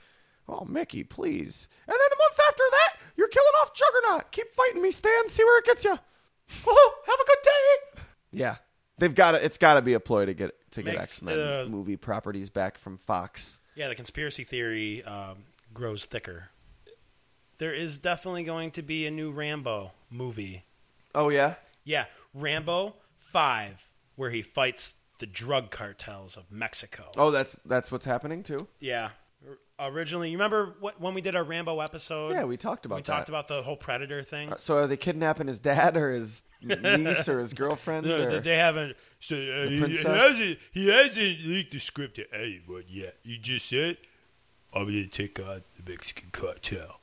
[SPEAKER 1] Oh, Mickey, please. And then the month after that, you're killing off Juggernaut. Keep fighting me, Stan. See where it gets you. [laughs] Oh, have a good day. Yeah, they've got to. It's got to be a ploy to get to get
[SPEAKER 2] Makes,
[SPEAKER 1] X Men
[SPEAKER 2] uh,
[SPEAKER 1] movie properties back from Fox.
[SPEAKER 2] Yeah, the conspiracy theory um, grows thicker. There is definitely going to be a new Rambo movie.
[SPEAKER 1] Oh yeah,
[SPEAKER 2] Yeah, Rambo 5, where he fights the drug cartels of Mexico.
[SPEAKER 1] Oh, that's that's what's happening too.
[SPEAKER 2] Yeah. O- Originally, you remember what, when we did our Rambo episode?
[SPEAKER 1] Yeah, we talked about
[SPEAKER 2] we
[SPEAKER 1] that.
[SPEAKER 2] talked about the whole Predator thing.
[SPEAKER 1] Uh, So are they kidnapping his dad or his
[SPEAKER 2] [laughs]
[SPEAKER 1] niece or his girlfriend?
[SPEAKER 2] No,
[SPEAKER 1] or-
[SPEAKER 2] that they haven't. So uh, he, he
[SPEAKER 1] princess?
[SPEAKER 3] hasn't, he hasn't leaked the script to anyone yet. You just said, I'm going to take on the Mexican
[SPEAKER 2] [laughs]
[SPEAKER 3] cartel.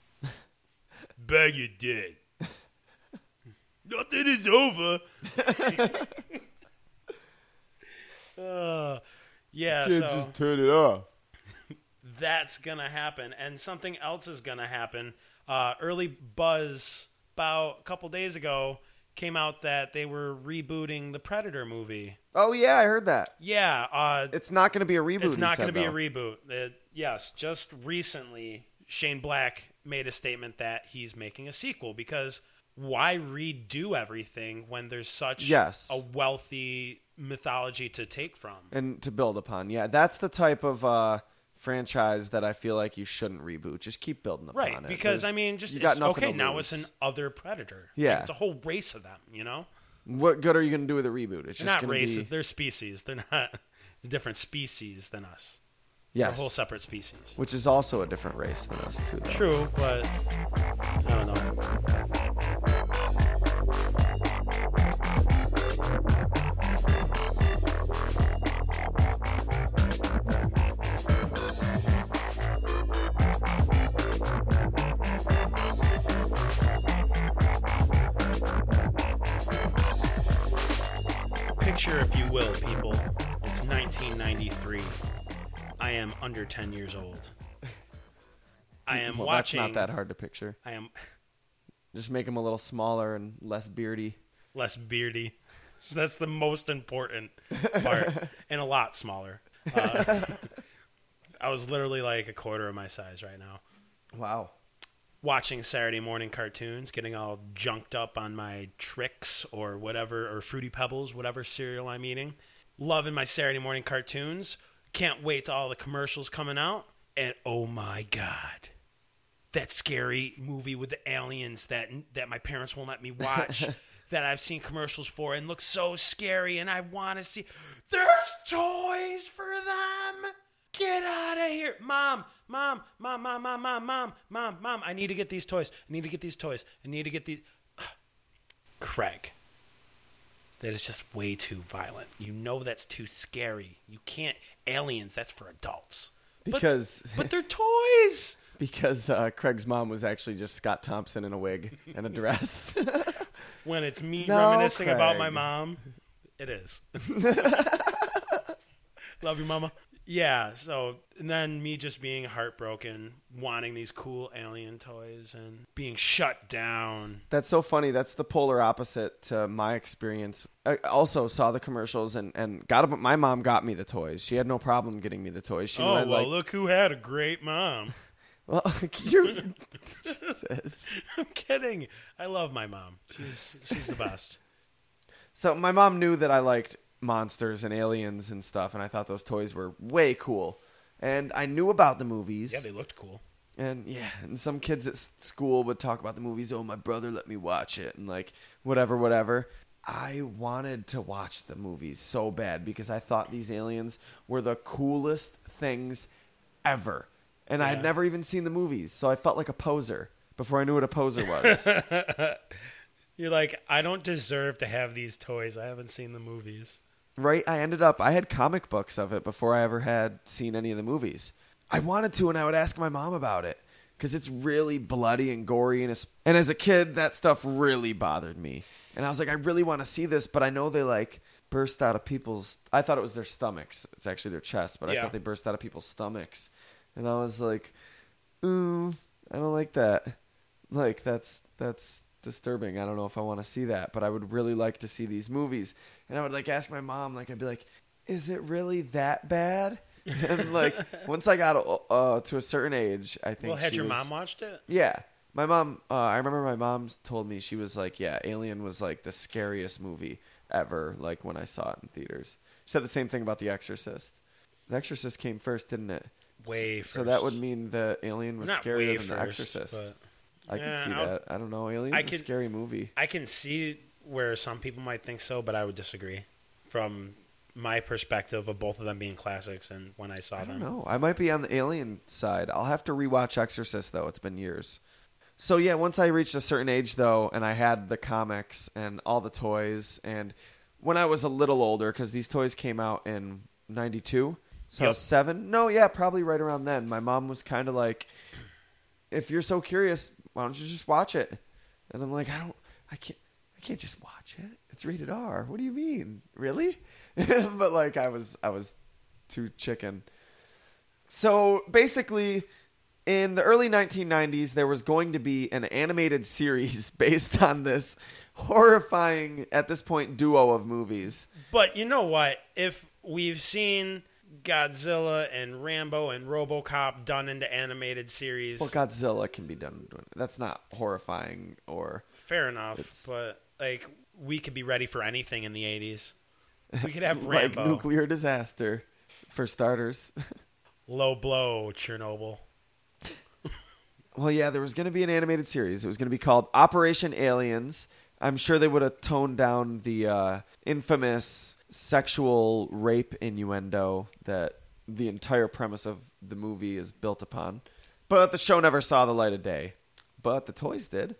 [SPEAKER 3] Bang your dead. [laughs] Nothing is over.
[SPEAKER 2] uh, yeah, so
[SPEAKER 1] Can't just turn it off.
[SPEAKER 2] that's gonna happen, and something else is gonna happen. Uh, early buzz about a couple days ago came out that they were rebooting the Predator movie.
[SPEAKER 1] Oh yeah, I heard that.
[SPEAKER 2] Yeah, uh,
[SPEAKER 1] It's not going to be a reboot.
[SPEAKER 2] It's not
[SPEAKER 1] going to
[SPEAKER 2] be a reboot. It- yes, just recently, Shane Black made a statement that he's making a sequel because why redo everything when there's such
[SPEAKER 1] Yes.
[SPEAKER 2] a wealthy mythology to take from?
[SPEAKER 1] and to build upon. Yeah, that's the type of uh, franchise that I feel like you shouldn't reboot. Just keep building upon
[SPEAKER 2] Right,
[SPEAKER 1] it.
[SPEAKER 2] because
[SPEAKER 1] There's-
[SPEAKER 2] I mean, just
[SPEAKER 1] you
[SPEAKER 2] it's-
[SPEAKER 1] got nothing
[SPEAKER 2] okay.
[SPEAKER 1] to
[SPEAKER 2] Now
[SPEAKER 1] lose.
[SPEAKER 2] it's an other predator. Like,
[SPEAKER 1] Yeah.
[SPEAKER 2] it's a whole race of them. You know,
[SPEAKER 1] What good are you going to do with a reboot? It's
[SPEAKER 2] They're
[SPEAKER 1] just
[SPEAKER 2] not
[SPEAKER 1] going
[SPEAKER 2] racist.
[SPEAKER 1] to be
[SPEAKER 2] They're species. They're not [laughs] different species than us. They're
[SPEAKER 1] yes,
[SPEAKER 2] whole separate species.
[SPEAKER 1] which is also a different race than us too. though.
[SPEAKER 2] True, but I don't know. Picture, if you will, people, it's 1993. I am under 10 years old. I am
[SPEAKER 1] Well,
[SPEAKER 2] watching.
[SPEAKER 1] That's not that hard to picture.
[SPEAKER 2] I am
[SPEAKER 1] Just make them a little smaller and less beardy.
[SPEAKER 2] less beardy. So that's the most important part, and a lot smaller. Uh, I was literally like a quarter of my size right now.
[SPEAKER 1] Wow.
[SPEAKER 2] Watching Saturday morning cartoons, getting all junked up on my tricks or whatever, or Fruity Pebbles, whatever cereal I'm eating. Loving my Saturday morning cartoons. Can't wait to all the commercials coming out. And oh my God, that scary movie with the aliens that that my parents won't let me watch that I've seen commercials for and looks so scary and I want to see there's toys for them get out of here mom mom mom mom mom mom mom mom mom I need to get these toys I need to get these toys I need to get these [sighs] Craig that is just way too violent you know that's too scary you can't aliens that's for adults But-
[SPEAKER 1] Because
[SPEAKER 2] but they're toys
[SPEAKER 1] [laughs] because uh, Craig's mom was actually just Scott Thompson in a wig and a dress.
[SPEAKER 2] when it's me
[SPEAKER 1] No,
[SPEAKER 2] reminiscing about my
[SPEAKER 1] Craig.
[SPEAKER 2] mom.
[SPEAKER 1] [laughs]
[SPEAKER 2] It is. Love you, mama. Yeah, so and then me just being heartbroken, wanting these cool alien toys and being shut down.
[SPEAKER 1] That's so funny. That's the polar opposite to my experience. I also saw the commercials and, and got a, my mom got me the toys. She had no problem getting me the toys. She
[SPEAKER 2] Oh
[SPEAKER 1] went,
[SPEAKER 2] well,
[SPEAKER 1] like,
[SPEAKER 2] look who had a great mom.
[SPEAKER 1] [laughs]
[SPEAKER 2] [laughs]
[SPEAKER 1] well, you Jesus.
[SPEAKER 2] I'm kidding. I love my mom. She's she's the best.
[SPEAKER 1] So my mom knew that I liked monsters and aliens and stuff, and I thought those toys were way cool. And I knew about the movies.
[SPEAKER 2] Yeah, they looked cool.
[SPEAKER 1] And yeah, and some kids at s- school would talk about the movies. Oh, my brother let me watch it, and like whatever, whatever. I wanted to watch the movies so bad because I thought these aliens were the coolest things ever, and I had
[SPEAKER 2] Yeah.
[SPEAKER 1] never even seen the movies, so I felt like a poser before I knew what a poser was.
[SPEAKER 2] You're like, I don't deserve to have these toys. I haven't seen the movies.
[SPEAKER 1] right? I ended up I had comic books of it before I ever had seen any of the movies. I wanted to, and I would ask my mom about it because it's really bloody and gory, and it's, and as a kid, that stuff really bothered me. And I was like, I really want to see this, but I know they like burst out of people's. I thought it was their stomachs. It's actually their chest, but I
[SPEAKER 2] Yeah.
[SPEAKER 1] thought they burst out of people's stomachs, and I was like, ooh, Mm, I don't like that. Like that's that's disturbing. I don't know if I want to see that, but I would really like to see these movies. And I would like ask my mom, like I'd be like, "Is it really that bad?" [laughs] And like once I got uh, to a certain age, I think
[SPEAKER 2] Well, had
[SPEAKER 1] she
[SPEAKER 2] your
[SPEAKER 1] was-
[SPEAKER 2] mom watched it?
[SPEAKER 1] Yeah, my mom. Uh, I remember my mom told me she was like, "Yeah, Alien was like the scariest movie ever." Like when I saw it in theaters, she said the same thing about The Exorcist. The Exorcist came first, didn't it?
[SPEAKER 2] Way
[SPEAKER 1] So that
[SPEAKER 2] first.
[SPEAKER 1] would mean the Alien was
[SPEAKER 2] Not
[SPEAKER 1] scarier
[SPEAKER 2] way
[SPEAKER 1] than The
[SPEAKER 2] first,
[SPEAKER 1] Exorcist.
[SPEAKER 2] but-
[SPEAKER 1] I can
[SPEAKER 2] Yeah,
[SPEAKER 1] see
[SPEAKER 2] I'll-
[SPEAKER 1] that. I don't know. Alien's
[SPEAKER 2] I
[SPEAKER 1] a
[SPEAKER 2] could-
[SPEAKER 1] scary movie.
[SPEAKER 2] I can see where some people might think so, but I would disagree from my perspective of both of them being classics and when I saw
[SPEAKER 1] I
[SPEAKER 2] them.
[SPEAKER 1] don't know. I might be on the Alien side. I'll have to rewatch Exorcist though. It's been years. So yeah, once I reached a certain age though, and I had the comics and all the toys, and when I was a little older, because these toys came out in '92, so I was
[SPEAKER 2] Yep.
[SPEAKER 1] seven. No, yeah, probably right around then. My mom was kind of like, "If you're so curious, why don't you just watch it?" And I'm like, "I don't, I can't." I can't just watch it. It's rated R. What do you mean? Really? [laughs] but like I was I was too chicken. So basically, in the early 1990s, there was going to be an animated [laughs] series based on this horrifying, at this point, duo of movies.
[SPEAKER 2] But you know what? If we've seen Godzilla and Rambo and RoboCop done into animated series,
[SPEAKER 1] Well, Godzilla can be done. That's not horrifying or.
[SPEAKER 2] fair enough.
[SPEAKER 1] It's-
[SPEAKER 2] But like, we could be ready for anything in the '80s. We could
[SPEAKER 1] [laughs]
[SPEAKER 2] have
[SPEAKER 1] Like
[SPEAKER 2] Rambo,
[SPEAKER 1] nuclear disaster, for starters.
[SPEAKER 2] low blow, Chernobyl.
[SPEAKER 1] Well, yeah, there was going to be an animated series. It was going to be called Operation Aliens. I'm sure they would have toned down the uh, infamous sexual rape innuendo that the entire premise of the movie is built upon. But the show never saw the light of day. But the toys did.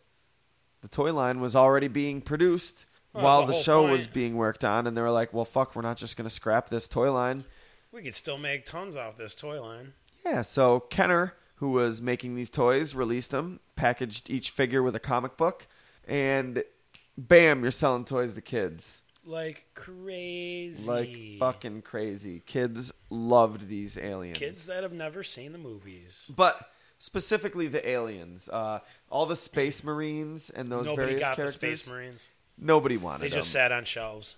[SPEAKER 1] The toy line was already being produced
[SPEAKER 2] Well, that's
[SPEAKER 1] while
[SPEAKER 2] the
[SPEAKER 1] the
[SPEAKER 2] whole
[SPEAKER 1] show
[SPEAKER 2] point.
[SPEAKER 1] was being worked on, and they were like, well, fuck, we're not just going to scrap this toy line.
[SPEAKER 2] We could still make tons off this toy line.
[SPEAKER 1] Yeah, so Kenner, who was making these toys, released them, packaged each figure with a comic book, and bam, you're selling toys to kids.
[SPEAKER 2] Like crazy.
[SPEAKER 1] Like fucking crazy. Kids loved these aliens.
[SPEAKER 2] kids that have never seen the movies.
[SPEAKER 1] But specifically the aliens. Uh, all the space marines and those
[SPEAKER 2] Nobody
[SPEAKER 1] various
[SPEAKER 2] got
[SPEAKER 1] characters. um,
[SPEAKER 2] the Space Marines.
[SPEAKER 1] Nobody wanted
[SPEAKER 2] They
[SPEAKER 1] them.
[SPEAKER 2] just sat on shelves.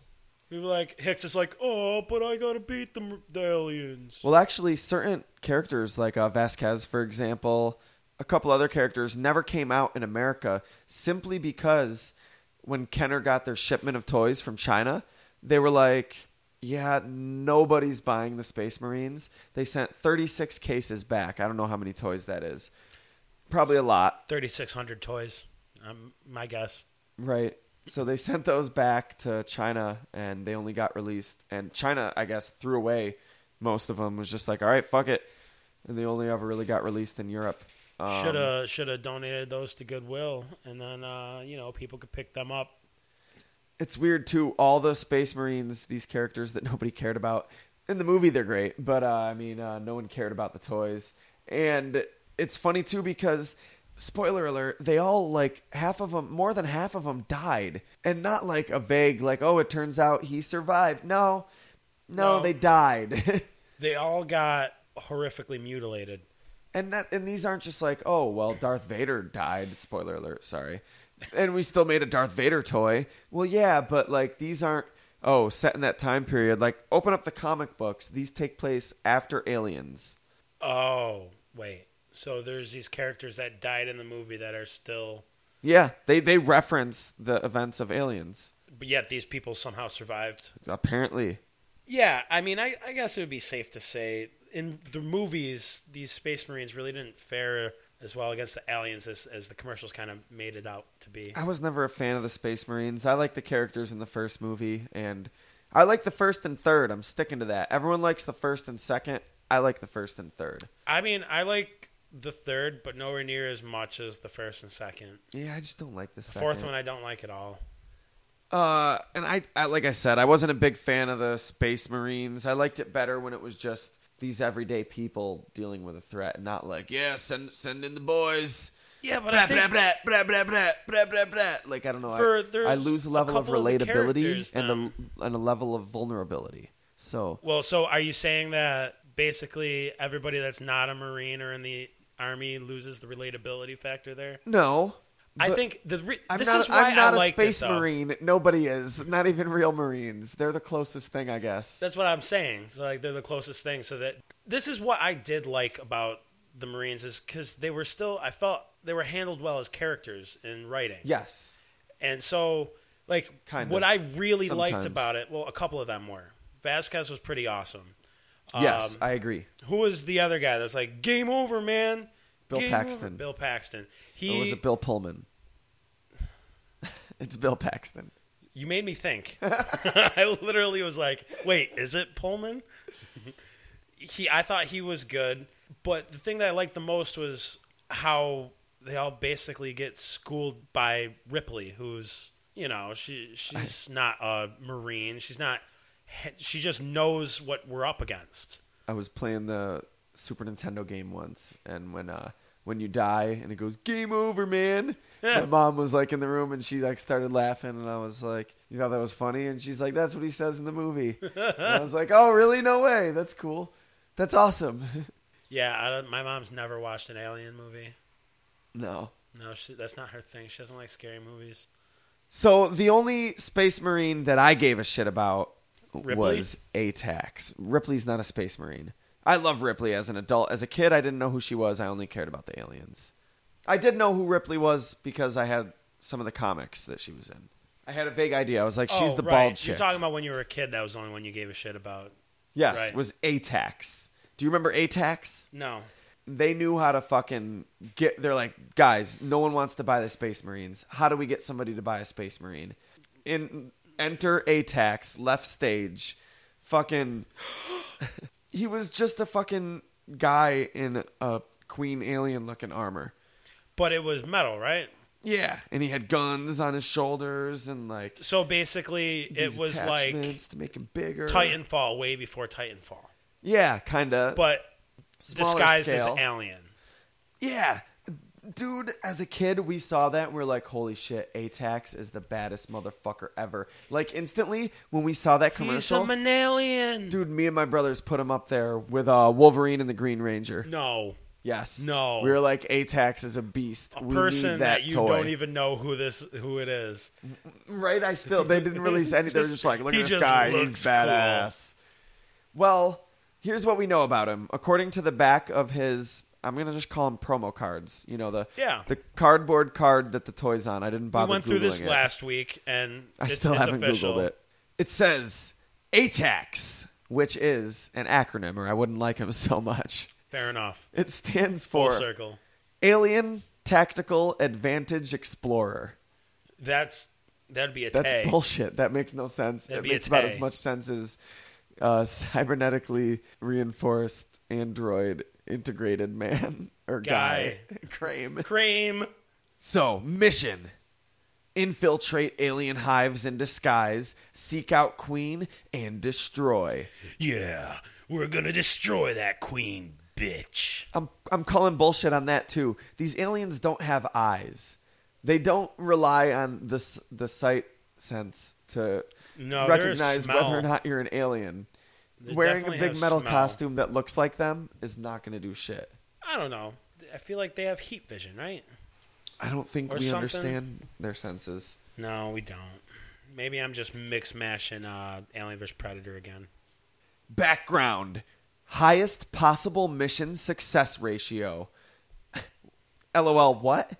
[SPEAKER 2] We were like, Hicks is like, oh, but I gotta beat the, m- the aliens.
[SPEAKER 1] Well, actually, certain characters like uh, Vasquez, for example, a couple other characters never came out in America simply because when Kenner got their shipment of toys from China, they were like, "Yeah, nobody's buying the Space Marines." They sent 36 cases back. I don't know how many toys that is. Probably a lot.
[SPEAKER 2] 3,600 toys, um, my guess.
[SPEAKER 1] Right. So they [laughs] sent those back to China and they only got released. And China, I guess, threw away most of them, was just like, all right, fuck it. And they only ever really got released in Europe. Um,
[SPEAKER 2] should have should have donated those to Goodwill, and then uh, you know people could pick them up.
[SPEAKER 1] It's weird, too. All the Space Marines, these characters that [laughs] nobody cared about. In the movie, they're great, but uh, I mean, uh, no one cared about the toys. And it's funny, too, because, spoiler alert, they all, like, half of them, more than half of them died. And not like a vague, like, oh, it turns out he survived. No. No,
[SPEAKER 2] No.
[SPEAKER 1] they died. [laughs]
[SPEAKER 2] They all got horrifically mutilated.
[SPEAKER 1] and that and these aren't just like, oh well, Darth Vader died. Spoiler alert, sorry. And we still made a Darth Vader toy. Well, yeah, but like these aren't oh set in that time period. Like open up the comic books; these take place after Aliens.
[SPEAKER 2] Oh wait, so there's these characters that died in the movie that are still,
[SPEAKER 1] Yeah, they they reference the events of Aliens.
[SPEAKER 2] but yet these people somehow survived.
[SPEAKER 1] Apparently,
[SPEAKER 2] Yeah, I mean, I, I guess it would be safe to say in the movies, these Space Marines really didn't fare as well against the aliens as, as the commercials kind of made it out to be.
[SPEAKER 1] I was never a fan of the Space Marines. I like the characters in the first movie, and I like the first and third. I'm sticking to that. Everyone likes the first and second. I like the first and third.
[SPEAKER 2] I mean, I like the third, but nowhere near as much as the first and second.
[SPEAKER 1] Yeah, I just don't like the
[SPEAKER 2] The
[SPEAKER 1] second.
[SPEAKER 2] fourth one, I don't like at all.
[SPEAKER 1] Uh, and I, I, like I said, I wasn't a big fan of the Space Marines. I liked it better when it was just these everyday people dealing with a threat, and not like, yeah, send send in the boys.
[SPEAKER 2] Yeah, but I
[SPEAKER 1] Blah, blah,
[SPEAKER 2] think
[SPEAKER 1] blah, blah, blah, blah, blah, blah, blah. Like I don't know,
[SPEAKER 2] For-
[SPEAKER 1] I, I
[SPEAKER 2] there's
[SPEAKER 1] lose a
[SPEAKER 2] a
[SPEAKER 1] level of
[SPEAKER 2] couple of the
[SPEAKER 1] relatability
[SPEAKER 2] characters,
[SPEAKER 1] and a and a level of vulnerability. So
[SPEAKER 2] Well, so are you saying that basically everybody that's not a Marine or in the Army loses the relatability factor there?
[SPEAKER 1] no,
[SPEAKER 2] I
[SPEAKER 1] but
[SPEAKER 2] think the re-
[SPEAKER 1] I'm
[SPEAKER 2] this
[SPEAKER 1] not.
[SPEAKER 2] is why
[SPEAKER 1] I'm not
[SPEAKER 2] I
[SPEAKER 1] a
[SPEAKER 2] liked
[SPEAKER 1] Space
[SPEAKER 2] it, though.
[SPEAKER 1] Marine. Nobody is. Not even real Marines. They're the closest thing, I guess.
[SPEAKER 2] That's what I'm saying. So like they're the closest thing. So that this is what I did like about the Marines is because they were still I felt they were handled well as characters in writing.
[SPEAKER 1] yes.
[SPEAKER 2] And so, like,
[SPEAKER 1] Kind
[SPEAKER 2] what
[SPEAKER 1] of.
[SPEAKER 2] I really
[SPEAKER 1] Sometimes.
[SPEAKER 2] liked about it, well, a couple of them were. Vasquez was pretty awesome.
[SPEAKER 1] yes,
[SPEAKER 2] Um,
[SPEAKER 1] I agree.
[SPEAKER 2] Who was the other guy that was like, game over, man?
[SPEAKER 1] Bill
[SPEAKER 2] Game
[SPEAKER 1] Paxton.
[SPEAKER 2] over." Bill Paxton.
[SPEAKER 1] Or
[SPEAKER 2] He,
[SPEAKER 1] was it Bill Pullman? it's Bill Paxton.
[SPEAKER 2] You made
[SPEAKER 1] [laughs]
[SPEAKER 2] me think. [laughs] I literally was like, wait, is it Pullman? he, I thought he was good. But the thing that I liked the most was how they all basically get schooled by Ripley, who's, you know, she
[SPEAKER 1] [laughs]
[SPEAKER 2] she's not a Marine. She's not, she just knows what we're up against.
[SPEAKER 1] I was playing the Super Nintendo game once, and when uh, when you die and it goes game over, man. My mom was like in the room, and she like started laughing, and I was like, "You thought that was funny?" And she's like, "That's what he says in the movie." and I was like, "Oh, really? No way! That's cool. That's awesome." [laughs]
[SPEAKER 2] Yeah, I don't, my mom's never watched an alien movie.
[SPEAKER 1] no.
[SPEAKER 2] No, she, that's not her thing. She doesn't like scary movies.
[SPEAKER 1] So the only space marine that I gave a shit about
[SPEAKER 2] Ripley?
[SPEAKER 1] was Atax. Ripley's not a space marine. I love Ripley as an adult. As a kid, I didn't know who she was. I only cared about the aliens. I did know who Ripley was because I had some of the comics that she was in. I had a vague idea. I was like, she's
[SPEAKER 2] Oh,
[SPEAKER 1] the
[SPEAKER 2] right.
[SPEAKER 1] bald chick.
[SPEAKER 2] You're talking about when you were a kid. That was the only one you gave a shit about.
[SPEAKER 1] yes,
[SPEAKER 2] right.
[SPEAKER 1] was Atax. Do you remember Atax?
[SPEAKER 2] No.
[SPEAKER 1] they knew how to fucking get. They're like, guys, no one wants to buy the Space Marines. How do we get somebody to buy a Space Marine? In enter Atax left stage, fucking. [gasps] he was just a fucking guy in a queen alien looking armor.
[SPEAKER 2] But it was metal, right?
[SPEAKER 1] Yeah, and he had guns on his shoulders and like
[SPEAKER 2] So basically, it
[SPEAKER 1] these
[SPEAKER 2] was like
[SPEAKER 1] attachments to make him bigger.
[SPEAKER 2] Titanfall way before Titanfall,
[SPEAKER 1] Yeah, kind of.
[SPEAKER 2] but disguised
[SPEAKER 1] scale.
[SPEAKER 2] as alien.
[SPEAKER 1] Yeah. Dude, as a kid, we saw that and we are like, holy shit, Atax is the baddest motherfucker ever. Like, instantly, when we saw that commercial,
[SPEAKER 2] He's a Manalian.
[SPEAKER 1] dude, me and my brothers put him up there with uh, Wolverine and the Green Ranger.
[SPEAKER 2] No,
[SPEAKER 1] Yes.
[SPEAKER 2] No.
[SPEAKER 1] We were like, Atax is a beast.
[SPEAKER 2] a
[SPEAKER 1] we
[SPEAKER 2] person
[SPEAKER 1] need that,
[SPEAKER 2] you
[SPEAKER 1] toy.
[SPEAKER 2] don't even know who this who it is.
[SPEAKER 1] Right? I still, they didn't release any. They were
[SPEAKER 2] Just-
[SPEAKER 1] just like, look
[SPEAKER 2] [laughs] he
[SPEAKER 1] at this
[SPEAKER 2] just
[SPEAKER 1] guy. He's
[SPEAKER 2] looks cool.
[SPEAKER 1] badass. Well, here's what we know about him. According to the back of his, I'm going to just call them promo cards. You know, the
[SPEAKER 2] Yeah.
[SPEAKER 1] the cardboard card that the toy's on. I didn't
[SPEAKER 2] We
[SPEAKER 1] bother
[SPEAKER 2] went through this
[SPEAKER 1] Googling it.
[SPEAKER 2] last week, and
[SPEAKER 1] [laughs] I
[SPEAKER 2] it's,
[SPEAKER 1] still
[SPEAKER 2] it's
[SPEAKER 1] haven't
[SPEAKER 2] official.
[SPEAKER 1] Googled it. It says ATAX, which is an acronym, or I wouldn't like him [laughs] so much.
[SPEAKER 2] Fair enough.
[SPEAKER 1] It stands
[SPEAKER 2] Full
[SPEAKER 1] for
[SPEAKER 2] circle.
[SPEAKER 1] Alien Tactical Advantage Explorer.
[SPEAKER 2] That's that'd be a
[SPEAKER 1] That's
[SPEAKER 2] tay.
[SPEAKER 1] bullshit. That makes no sense.
[SPEAKER 2] That'd
[SPEAKER 1] it
[SPEAKER 2] be a
[SPEAKER 1] makes about
[SPEAKER 2] tay.
[SPEAKER 1] as much sense as uh, [laughs] cybernetically reinforced android integrated man [laughs] or guy. [laughs] Crame.
[SPEAKER 2] Cream.
[SPEAKER 1] So, mission infiltrate alien hives in disguise, seek out Queen, and destroy.
[SPEAKER 3] Yeah, we're gonna destroy that queen, bitch.
[SPEAKER 1] I'm, I'm calling bullshit on that too. These aliens don't have eyes, they don't rely on this, the sight sense to
[SPEAKER 2] No, they're a
[SPEAKER 1] recognize
[SPEAKER 2] smell.
[SPEAKER 1] whether or not you're an alien.
[SPEAKER 2] They
[SPEAKER 1] Wearing a
[SPEAKER 2] definitely
[SPEAKER 1] big
[SPEAKER 2] have
[SPEAKER 1] metal
[SPEAKER 2] smell.
[SPEAKER 1] costume that looks like them is not going to do shit.
[SPEAKER 2] I don't know. I feel like they have heat vision, right?
[SPEAKER 1] I don't think
[SPEAKER 2] Or
[SPEAKER 1] we
[SPEAKER 2] something.
[SPEAKER 1] understand their senses.
[SPEAKER 2] No, we don't. Maybe I'm just mix mashing uh, Alien vs Predator again.
[SPEAKER 1] Background highest possible mission success ratio. [laughs] LOL, what?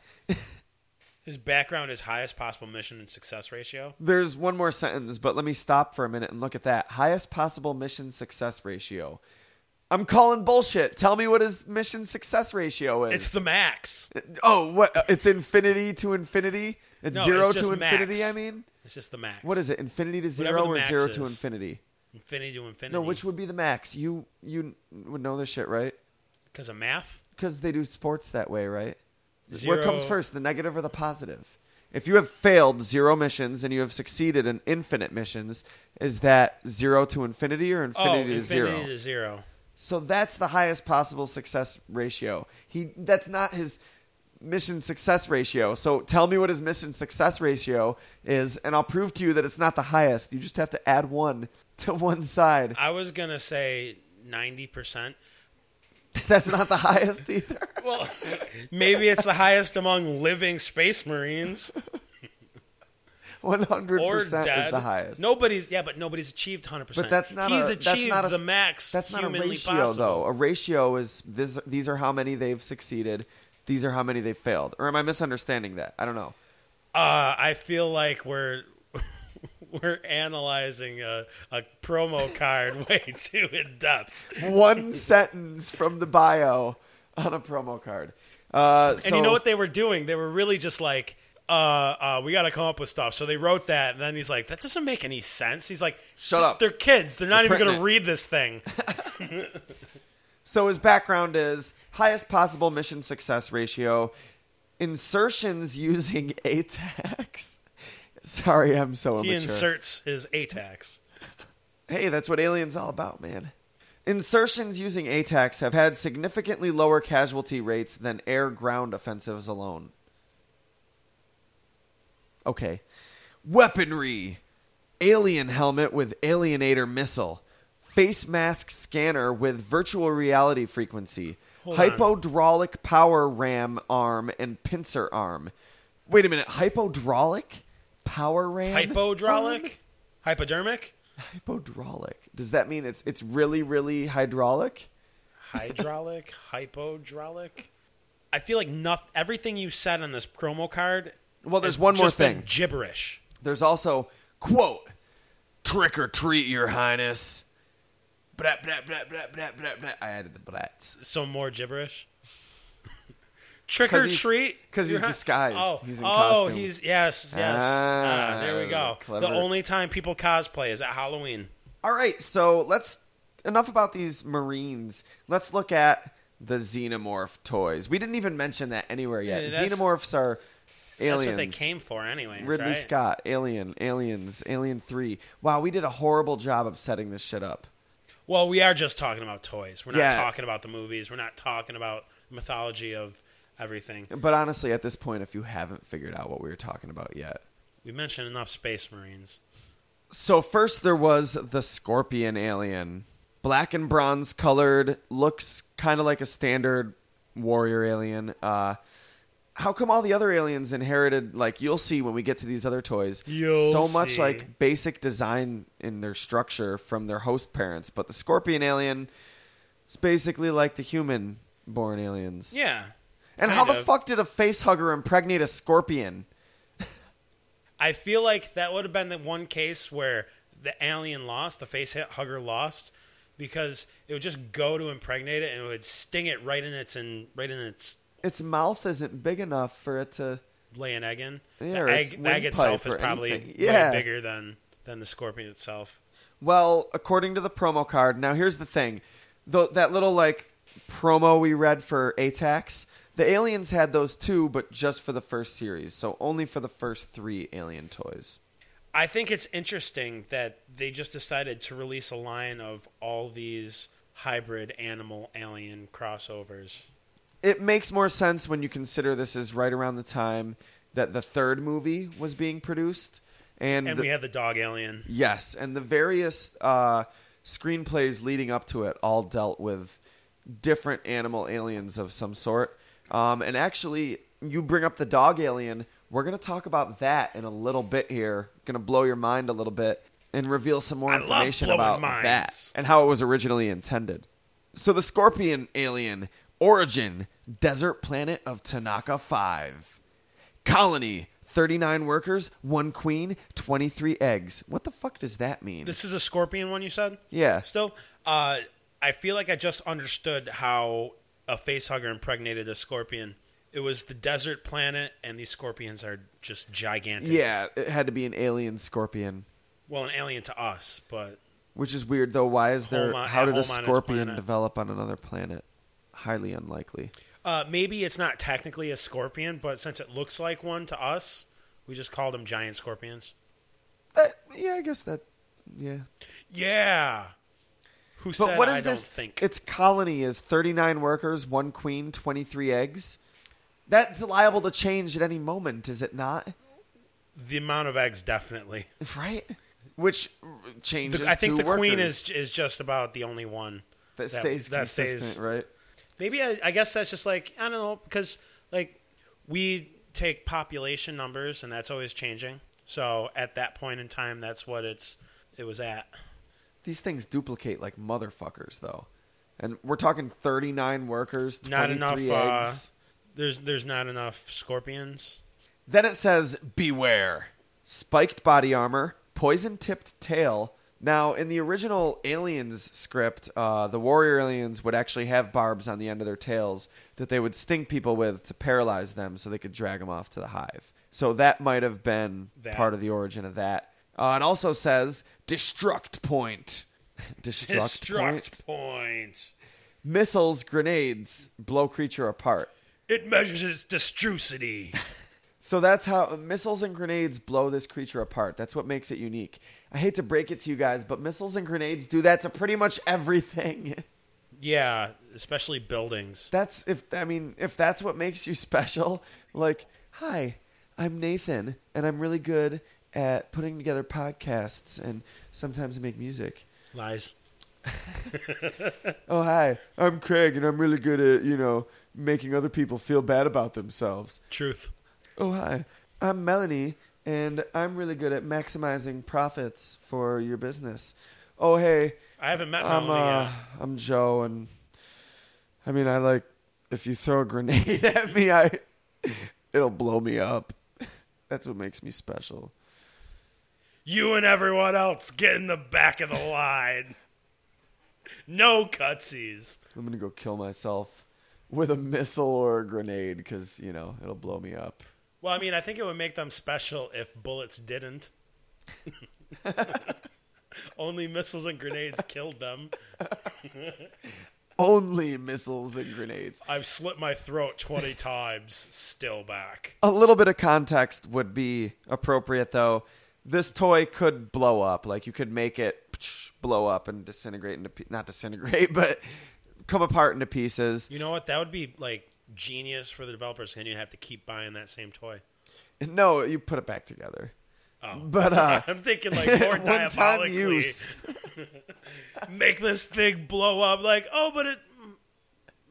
[SPEAKER 2] His background is highest possible mission and success ratio.
[SPEAKER 1] There's one more sentence, but let me stop for a minute and look at that. Highest possible mission success ratio. I'm calling bullshit. Tell me what his mission success ratio is.
[SPEAKER 2] It's the max.
[SPEAKER 1] Oh, what? It's infinity to infinity? It's
[SPEAKER 2] No, it's
[SPEAKER 1] zero
[SPEAKER 2] just
[SPEAKER 1] to infinity,
[SPEAKER 2] max.
[SPEAKER 1] I mean?
[SPEAKER 2] It's just the max.
[SPEAKER 1] What is it? Infinity to
[SPEAKER 2] Whatever
[SPEAKER 1] zero
[SPEAKER 2] the
[SPEAKER 1] or
[SPEAKER 2] max
[SPEAKER 1] zero to
[SPEAKER 2] is. Mm-hmm.
[SPEAKER 1] infinity?
[SPEAKER 2] Infinity to infinity.
[SPEAKER 1] No, which would be the max? You you would know this shit, right?
[SPEAKER 2] Because of math.
[SPEAKER 1] Because they do sports that way, right?
[SPEAKER 2] Zero-
[SPEAKER 1] What comes first, the negative or the positive? If you have failed zero missions and you have succeeded in infinite missions, is that zero to infinity or infinity
[SPEAKER 2] oh,
[SPEAKER 1] to
[SPEAKER 2] infinity
[SPEAKER 1] zero?
[SPEAKER 2] to zero.
[SPEAKER 1] So that's the highest possible success ratio. He that's not his mission success ratio. So tell me what his mission success ratio is, and I'll prove to you that it's not the highest. You just have to add one to one side. [laughs]
[SPEAKER 2] I was gonna say ninety percent.
[SPEAKER 1] That's not the highest either. [laughs]
[SPEAKER 2] Well, [laughs] maybe it's the highest among living
[SPEAKER 1] [laughs]
[SPEAKER 2] space marines
[SPEAKER 1] One hundred
[SPEAKER 2] or
[SPEAKER 1] percent
[SPEAKER 2] dead.
[SPEAKER 1] is the highest.
[SPEAKER 2] Nobody's yeah, but nobody's achieved hundred percent.
[SPEAKER 1] But that's not
[SPEAKER 2] He's
[SPEAKER 1] a-
[SPEAKER 2] achieved
[SPEAKER 1] that's not a-
[SPEAKER 2] the max.
[SPEAKER 1] that's not a
[SPEAKER 2] humanly
[SPEAKER 1] ratio
[SPEAKER 2] possible.
[SPEAKER 1] though. A ratio is this. These are how many they've succeeded. These are how many they've failed. Or am I misunderstanding that? I don't
[SPEAKER 2] [laughs]
[SPEAKER 1] know.
[SPEAKER 2] Uh, I feel like we're [laughs] we're analyzing a, a promo card [laughs] way too in depth,
[SPEAKER 1] One sentence from the bio on a promo card. Uh,
[SPEAKER 2] and you know what they were doing? They were really just like, uh, uh, "We got to come up with stuff." So they wrote that, and then he's like, "That doesn't make any sense." He's like,
[SPEAKER 1] Shut up.
[SPEAKER 2] They're kids. They're not
[SPEAKER 1] They're
[SPEAKER 2] even going
[SPEAKER 1] printing
[SPEAKER 2] to
[SPEAKER 1] it."
[SPEAKER 2] read
[SPEAKER 1] [laughs]
[SPEAKER 2] this thing."
[SPEAKER 1] So his background is highest possible mission success ratio, insertions [laughs] using ATAX. Sorry, I'm so
[SPEAKER 2] he
[SPEAKER 1] immature.
[SPEAKER 2] inserts his ATAX.
[SPEAKER 1] hey, that's what aliens all about, man. Insertions using ATAX have had significantly lower casualty rates than air ground offensives alone. Okay. Weaponry. Alien helmet with alienator missile. Face mask scanner with virtual reality frequency.
[SPEAKER 2] Hold on.
[SPEAKER 1] hypodraulic power ram arm and pincer arm. Wait a minute, hypodraulic power ram? arm?
[SPEAKER 2] Hypodraulic, hypodermic,
[SPEAKER 1] Hypodraulic. Does that mean it's it's really really hydraulic?
[SPEAKER 2] hydraulic, hypodraulic. I feel like noth- everything you said on this promo card.
[SPEAKER 1] Well, there's
[SPEAKER 2] has
[SPEAKER 1] one more
[SPEAKER 2] just been
[SPEAKER 1] thing.
[SPEAKER 2] Gibberish.
[SPEAKER 1] There's also quote trick or treat, your highness. Blah, blah, blah, blah, blah, blah, blah. I added the blats. [laughs]
[SPEAKER 2] Some more gibberish. Trick
[SPEAKER 1] 'Cause
[SPEAKER 2] or
[SPEAKER 1] he's-
[SPEAKER 2] treat?
[SPEAKER 1] 'cause he's
[SPEAKER 2] You're not-
[SPEAKER 1] disguised.
[SPEAKER 2] Oh,
[SPEAKER 1] He's in
[SPEAKER 2] oh,
[SPEAKER 1] costume.
[SPEAKER 2] he's yes, yes. Ah, there we
[SPEAKER 1] Ah,
[SPEAKER 2] go.
[SPEAKER 1] clever.
[SPEAKER 2] The only time people cosplay is at Halloween.
[SPEAKER 1] All right, so let's enough about these Marines. Let's look at the Xenomorph toys. We didn't even mention that anywhere yet.
[SPEAKER 2] Yeah, that's-
[SPEAKER 1] Xenomorphs are aliens.
[SPEAKER 2] That's what they came for, anyways.
[SPEAKER 1] Ridley
[SPEAKER 2] right?
[SPEAKER 1] Scott, Alien, Aliens, Alien Three. Wow, we did a horrible job of setting this shit up.
[SPEAKER 2] Well, we are just talking about toys. We're not
[SPEAKER 1] Yeah.
[SPEAKER 2] talking about the movies. We're not talking about mythology of everything.
[SPEAKER 1] But honestly, at this point, if you haven't figured out what we were talking about yet,
[SPEAKER 2] We mentioned enough space marines.
[SPEAKER 1] So first there was the scorpion alien. Black and bronze colored, looks kind of like a standard warrior alien. Uh how come all the other aliens inherited like you'll see when we get to these other toys
[SPEAKER 2] You'll
[SPEAKER 1] so much
[SPEAKER 2] see.
[SPEAKER 1] like basic design in their structure from their host parents, but the scorpion alien is basically like the human born aliens.
[SPEAKER 2] Yeah.
[SPEAKER 1] and how
[SPEAKER 2] kind
[SPEAKER 1] the
[SPEAKER 2] of.
[SPEAKER 1] fuck did a face hugger impregnate a scorpion?
[SPEAKER 2] I feel like that would have been the one case where the alien lost, the face hit hugger lost, because it would just go to impregnate it and it would sting it right in its and right in its
[SPEAKER 1] Its mouth isn't big enough for it to
[SPEAKER 2] lay an egg in.
[SPEAKER 1] Yeah, or
[SPEAKER 2] the
[SPEAKER 1] its
[SPEAKER 2] egg, the
[SPEAKER 1] windpipe
[SPEAKER 2] egg itself is
[SPEAKER 1] or anything.
[SPEAKER 2] probably
[SPEAKER 1] Yeah.
[SPEAKER 2] way bigger than than the scorpion itself.
[SPEAKER 1] Well, according to the promo card, now here's the thing: Tho- that little like promo we read for Atax, the aliens had those too, but just for the first series, so only for the first three alien toys.
[SPEAKER 2] I think it's interesting that they just decided to release a line of all these hybrid animal alien crossovers.
[SPEAKER 1] It makes more sense when you consider this is right around the time that the third movie was being produced, and,
[SPEAKER 2] And
[SPEAKER 1] the-
[SPEAKER 2] we had the dog alien.
[SPEAKER 1] yes, and the various uh, screenplays leading up to it all dealt with different animal aliens of some sort. Um, and actually, you bring up the dog alien. We're going to talk about that in a little bit here. Going to blow your mind a little bit and reveal some more
[SPEAKER 2] I love
[SPEAKER 1] information
[SPEAKER 2] blowing
[SPEAKER 1] about
[SPEAKER 2] minds.
[SPEAKER 1] that and how it was originally intended. So, the scorpion alien origin desert planet of Tanaka 5. Colony 39 workers, 1 queen, 23 eggs. What the fuck does that mean?
[SPEAKER 2] This is a scorpion one you said?
[SPEAKER 1] Yeah.
[SPEAKER 2] Still, uh, I feel like I just understood how a facehugger impregnated a scorpion. It was the desert planet, and these scorpions are just gigantic.
[SPEAKER 1] Yeah, it had to be an alien scorpion,
[SPEAKER 2] Well, an alien to us, but
[SPEAKER 1] which is weird though. Why is there?
[SPEAKER 2] Home on-
[SPEAKER 1] how
[SPEAKER 2] at
[SPEAKER 1] did a
[SPEAKER 2] home on its
[SPEAKER 1] scorpion
[SPEAKER 2] planet.
[SPEAKER 1] develop on another planet? Highly unlikely.
[SPEAKER 2] uh, maybe it's not technically a scorpion, but since it looks like one to us, we just called them giant scorpions.
[SPEAKER 1] That, Uh, yeah, I guess that. Yeah,
[SPEAKER 2] Yeah. Who
[SPEAKER 1] but
[SPEAKER 2] said
[SPEAKER 1] what is
[SPEAKER 2] I
[SPEAKER 1] this?
[SPEAKER 2] don't think?
[SPEAKER 1] Its colony is thirty-nine workers, one queen, twenty-three eggs. That's liable to change at any moment, is it not? [laughs]
[SPEAKER 2] the amount of eggs, definitely.
[SPEAKER 1] Right. Which changes.
[SPEAKER 2] The- I think
[SPEAKER 1] to
[SPEAKER 2] the queen
[SPEAKER 1] workers.
[SPEAKER 2] is is just about the only one
[SPEAKER 1] that stays
[SPEAKER 2] that stays-
[SPEAKER 1] consistent, right?
[SPEAKER 2] Maybe I, I guess that's just like I don't know because like we take population numbers and that's always changing. So at that point in time, that's what it's it was at.
[SPEAKER 1] These things duplicate like motherfuckers, though. And we're talking thirty-nine workers,
[SPEAKER 2] Not
[SPEAKER 1] twenty-three
[SPEAKER 2] enough, uh,
[SPEAKER 1] eggs.
[SPEAKER 2] There's there's not enough scorpions.
[SPEAKER 1] Then it says, Beware. Spiked body armor, poison tipped tail. Now, in the original Aliens script, uh, the warrior aliens would actually have barbs on the end of their tails that they would sting people with to paralyze them so they could drag them off to the hive. So that might have been
[SPEAKER 2] That.
[SPEAKER 1] part of the origin of that. Uh, it also says, Destruct point. [laughs] Destruct, point.
[SPEAKER 2] Destruct point.
[SPEAKER 1] Missiles, grenades, blow creature apart.
[SPEAKER 2] It measures its destrucity.
[SPEAKER 1] So that's how missiles and grenades blow this creature apart. That's what makes it unique. I hate to break it to you guys, but missiles and grenades do that to pretty much everything. [laughs]
[SPEAKER 2] yeah, especially buildings.
[SPEAKER 1] That's if I mean if that's what makes you [laughs] special, like, hi, I'm Nathan and I'm really good at putting together podcasts and sometimes I make music.
[SPEAKER 2] Lies.
[SPEAKER 1] Oh hi, I'm Craig and I'm really good at, you know, making other people feel bad about themselves.
[SPEAKER 2] Truth.
[SPEAKER 1] Oh, hi. I'm Melanie, and I'm really good at maximizing profits for your business. Oh, hey.
[SPEAKER 2] I haven't met
[SPEAKER 1] I'm,
[SPEAKER 2] Melanie
[SPEAKER 1] uh,
[SPEAKER 2] yet.
[SPEAKER 1] I'm Joe, and I mean, I like, if you throw a grenade [laughs] at me, I, it'll blow me up. That's what makes me special.
[SPEAKER 2] You and everyone else get in the back of the line. No cutsies.
[SPEAKER 1] I'm going to go kill myself with a missile or a grenade because you know it'll blow me up.
[SPEAKER 2] Well, I mean, I think it would make them special if bullets didn't. [laughs] Only missiles and grenades killed them.
[SPEAKER 1] Only missiles and grenades.
[SPEAKER 2] I've slit my throat 20 times, still back.
[SPEAKER 1] A little bit of context would be appropriate, though. This toy could blow up. Like you could make it psh, blow up and disintegrate into pe- not disintegrate, [laughs] but come apart into pieces.
[SPEAKER 2] You know what? That would be like genius for the developers, and you'd have to keep buying that same toy.
[SPEAKER 1] No, you put it back together.
[SPEAKER 2] Oh.
[SPEAKER 1] But uh,
[SPEAKER 2] I'm thinking
[SPEAKER 1] [laughs]
[SPEAKER 2] like [laughs] more
[SPEAKER 1] one time
[SPEAKER 2] diabolically.
[SPEAKER 1] use.
[SPEAKER 2] Make this thing blow up. Like, oh, but it,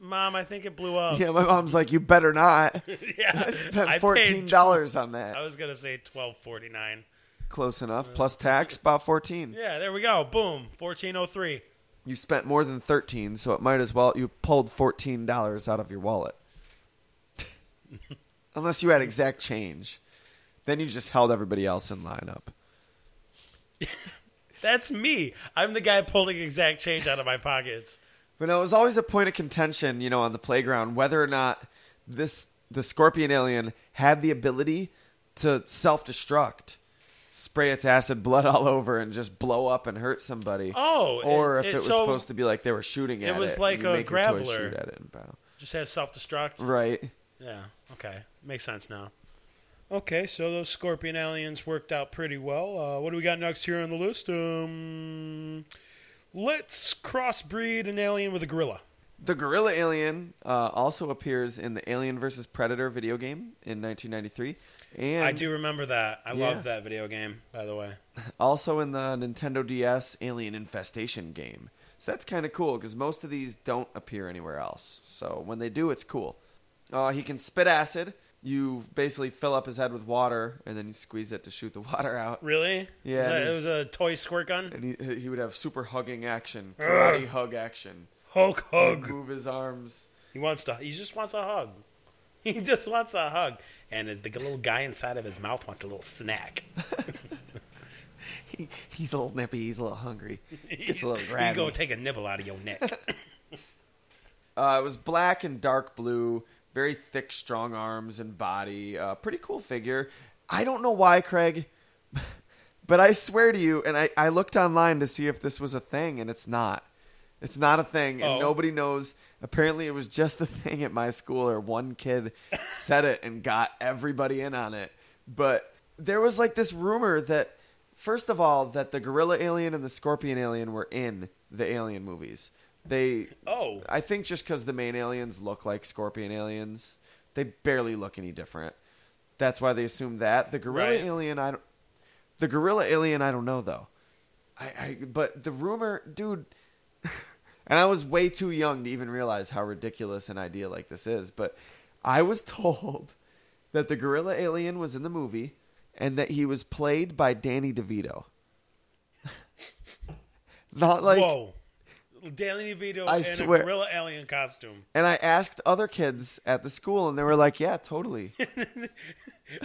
[SPEAKER 2] mom, I think it blew up.
[SPEAKER 1] Yeah, my mom's like, you better not.
[SPEAKER 2] [laughs]
[SPEAKER 1] [laughs]
[SPEAKER 2] Yeah,
[SPEAKER 1] I
[SPEAKER 2] I paid
[SPEAKER 1] spent fourteen dollars on that.
[SPEAKER 2] I was gonna say twelve forty nine.
[SPEAKER 1] Close enough. Plus tax, about fourteen.
[SPEAKER 2] Yeah, there we go. Boom, fourteen oh three.
[SPEAKER 1] You spent more than thirteen, so it might as well you pulled fourteen dollars out of your wallet. [laughs] Unless you had exact change. Then you just held everybody else in line up.
[SPEAKER 2] That's me. I'm the guy pulling exact change out of my pockets.
[SPEAKER 1] But no, it was always a point of contention, you know, on the playground, whether or not this the scorpion alien had the ability to self destruct, spray its acid blood [laughs] all over and just blow up and hurt somebody.
[SPEAKER 2] Oh,
[SPEAKER 1] or
[SPEAKER 2] it-
[SPEAKER 1] if
[SPEAKER 2] it-
[SPEAKER 1] it was
[SPEAKER 2] so
[SPEAKER 1] supposed to be like they were shooting
[SPEAKER 2] it
[SPEAKER 1] at it.
[SPEAKER 2] was
[SPEAKER 1] and
[SPEAKER 2] like
[SPEAKER 1] you
[SPEAKER 2] a
[SPEAKER 1] make your toy
[SPEAKER 2] grappler.
[SPEAKER 1] shoot at it and bow.
[SPEAKER 2] Just has self destruct.
[SPEAKER 1] Right.
[SPEAKER 2] Yeah. Okay. Makes sense now. Okay, so those scorpion aliens worked out pretty well. Uh, what do we got next here on the list? Um, let's crossbreed an alien with a gorilla.
[SPEAKER 1] The gorilla alien uh, also appears in the Alien vs. Predator video game in 1993, and
[SPEAKER 2] I do remember that. I
[SPEAKER 1] Yeah.
[SPEAKER 2] loved that video game, by the way.
[SPEAKER 1] also in the Nintendo DS Alien Infestation game. So that's kind of cool because most of these don't appear anywhere else. So when they do, it's cool. Uh, he can spit acid. You basically fill up his head with water, and then you squeeze it to shoot the [laughs] water out.
[SPEAKER 2] Really?
[SPEAKER 1] Yeah,
[SPEAKER 2] Was
[SPEAKER 1] it
[SPEAKER 2] that- it
[SPEAKER 1] is-
[SPEAKER 2] was a toy squirt gun.
[SPEAKER 1] And he, he would have super hugging action, karate hug action.
[SPEAKER 2] Hulk hug.
[SPEAKER 1] Move his arms.
[SPEAKER 2] He wants to. He just wants a hug. [laughs] He just wants a hug, and the little guy inside of his mouth wants a
[SPEAKER 1] [laughs]
[SPEAKER 2] little snack.
[SPEAKER 1] He, he's a little nippy. He's a little
[SPEAKER 2] [laughs]
[SPEAKER 1] hungry. Gets a little
[SPEAKER 2] You go
[SPEAKER 1] grabby.
[SPEAKER 2] take a nibble out of your
[SPEAKER 1] [laughs]
[SPEAKER 2] neck.
[SPEAKER 1] Uh, it was black and dark blue, very thick, strong arms and body. Uh, pretty cool figure. I don't know why, Craig, [laughs] but I swear to you, and I, I looked online to see if this was a thing, and it's not. It's not a thing, and
[SPEAKER 2] Oh.
[SPEAKER 1] nobody knows. Apparently, it was just a [laughs] thing at my school, or one kid said it and got everybody in on it. But there was like this rumor that, first of all, that the gorilla alien and the scorpion alien were in the alien movies. They
[SPEAKER 2] oh,
[SPEAKER 1] I think just because the main aliens look like scorpion aliens, they barely look any different. That's why they assume that the gorilla
[SPEAKER 2] Right.
[SPEAKER 1] alien. I don't. The gorilla alien. I don't know though. I, I. But the rumor, dude. [laughs] And I was way too young to even realize how ridiculous an idea like this is. But I was [laughs] told that the gorilla alien was in the movie and that he was played by Danny DeVito. [laughs] Not like
[SPEAKER 2] whoa! Danny DeVito
[SPEAKER 1] I
[SPEAKER 2] in
[SPEAKER 1] swear-
[SPEAKER 2] a gorilla alien costume. [laughs]
[SPEAKER 1] And I asked other kids at the school, and they were like, "Yeah, totally."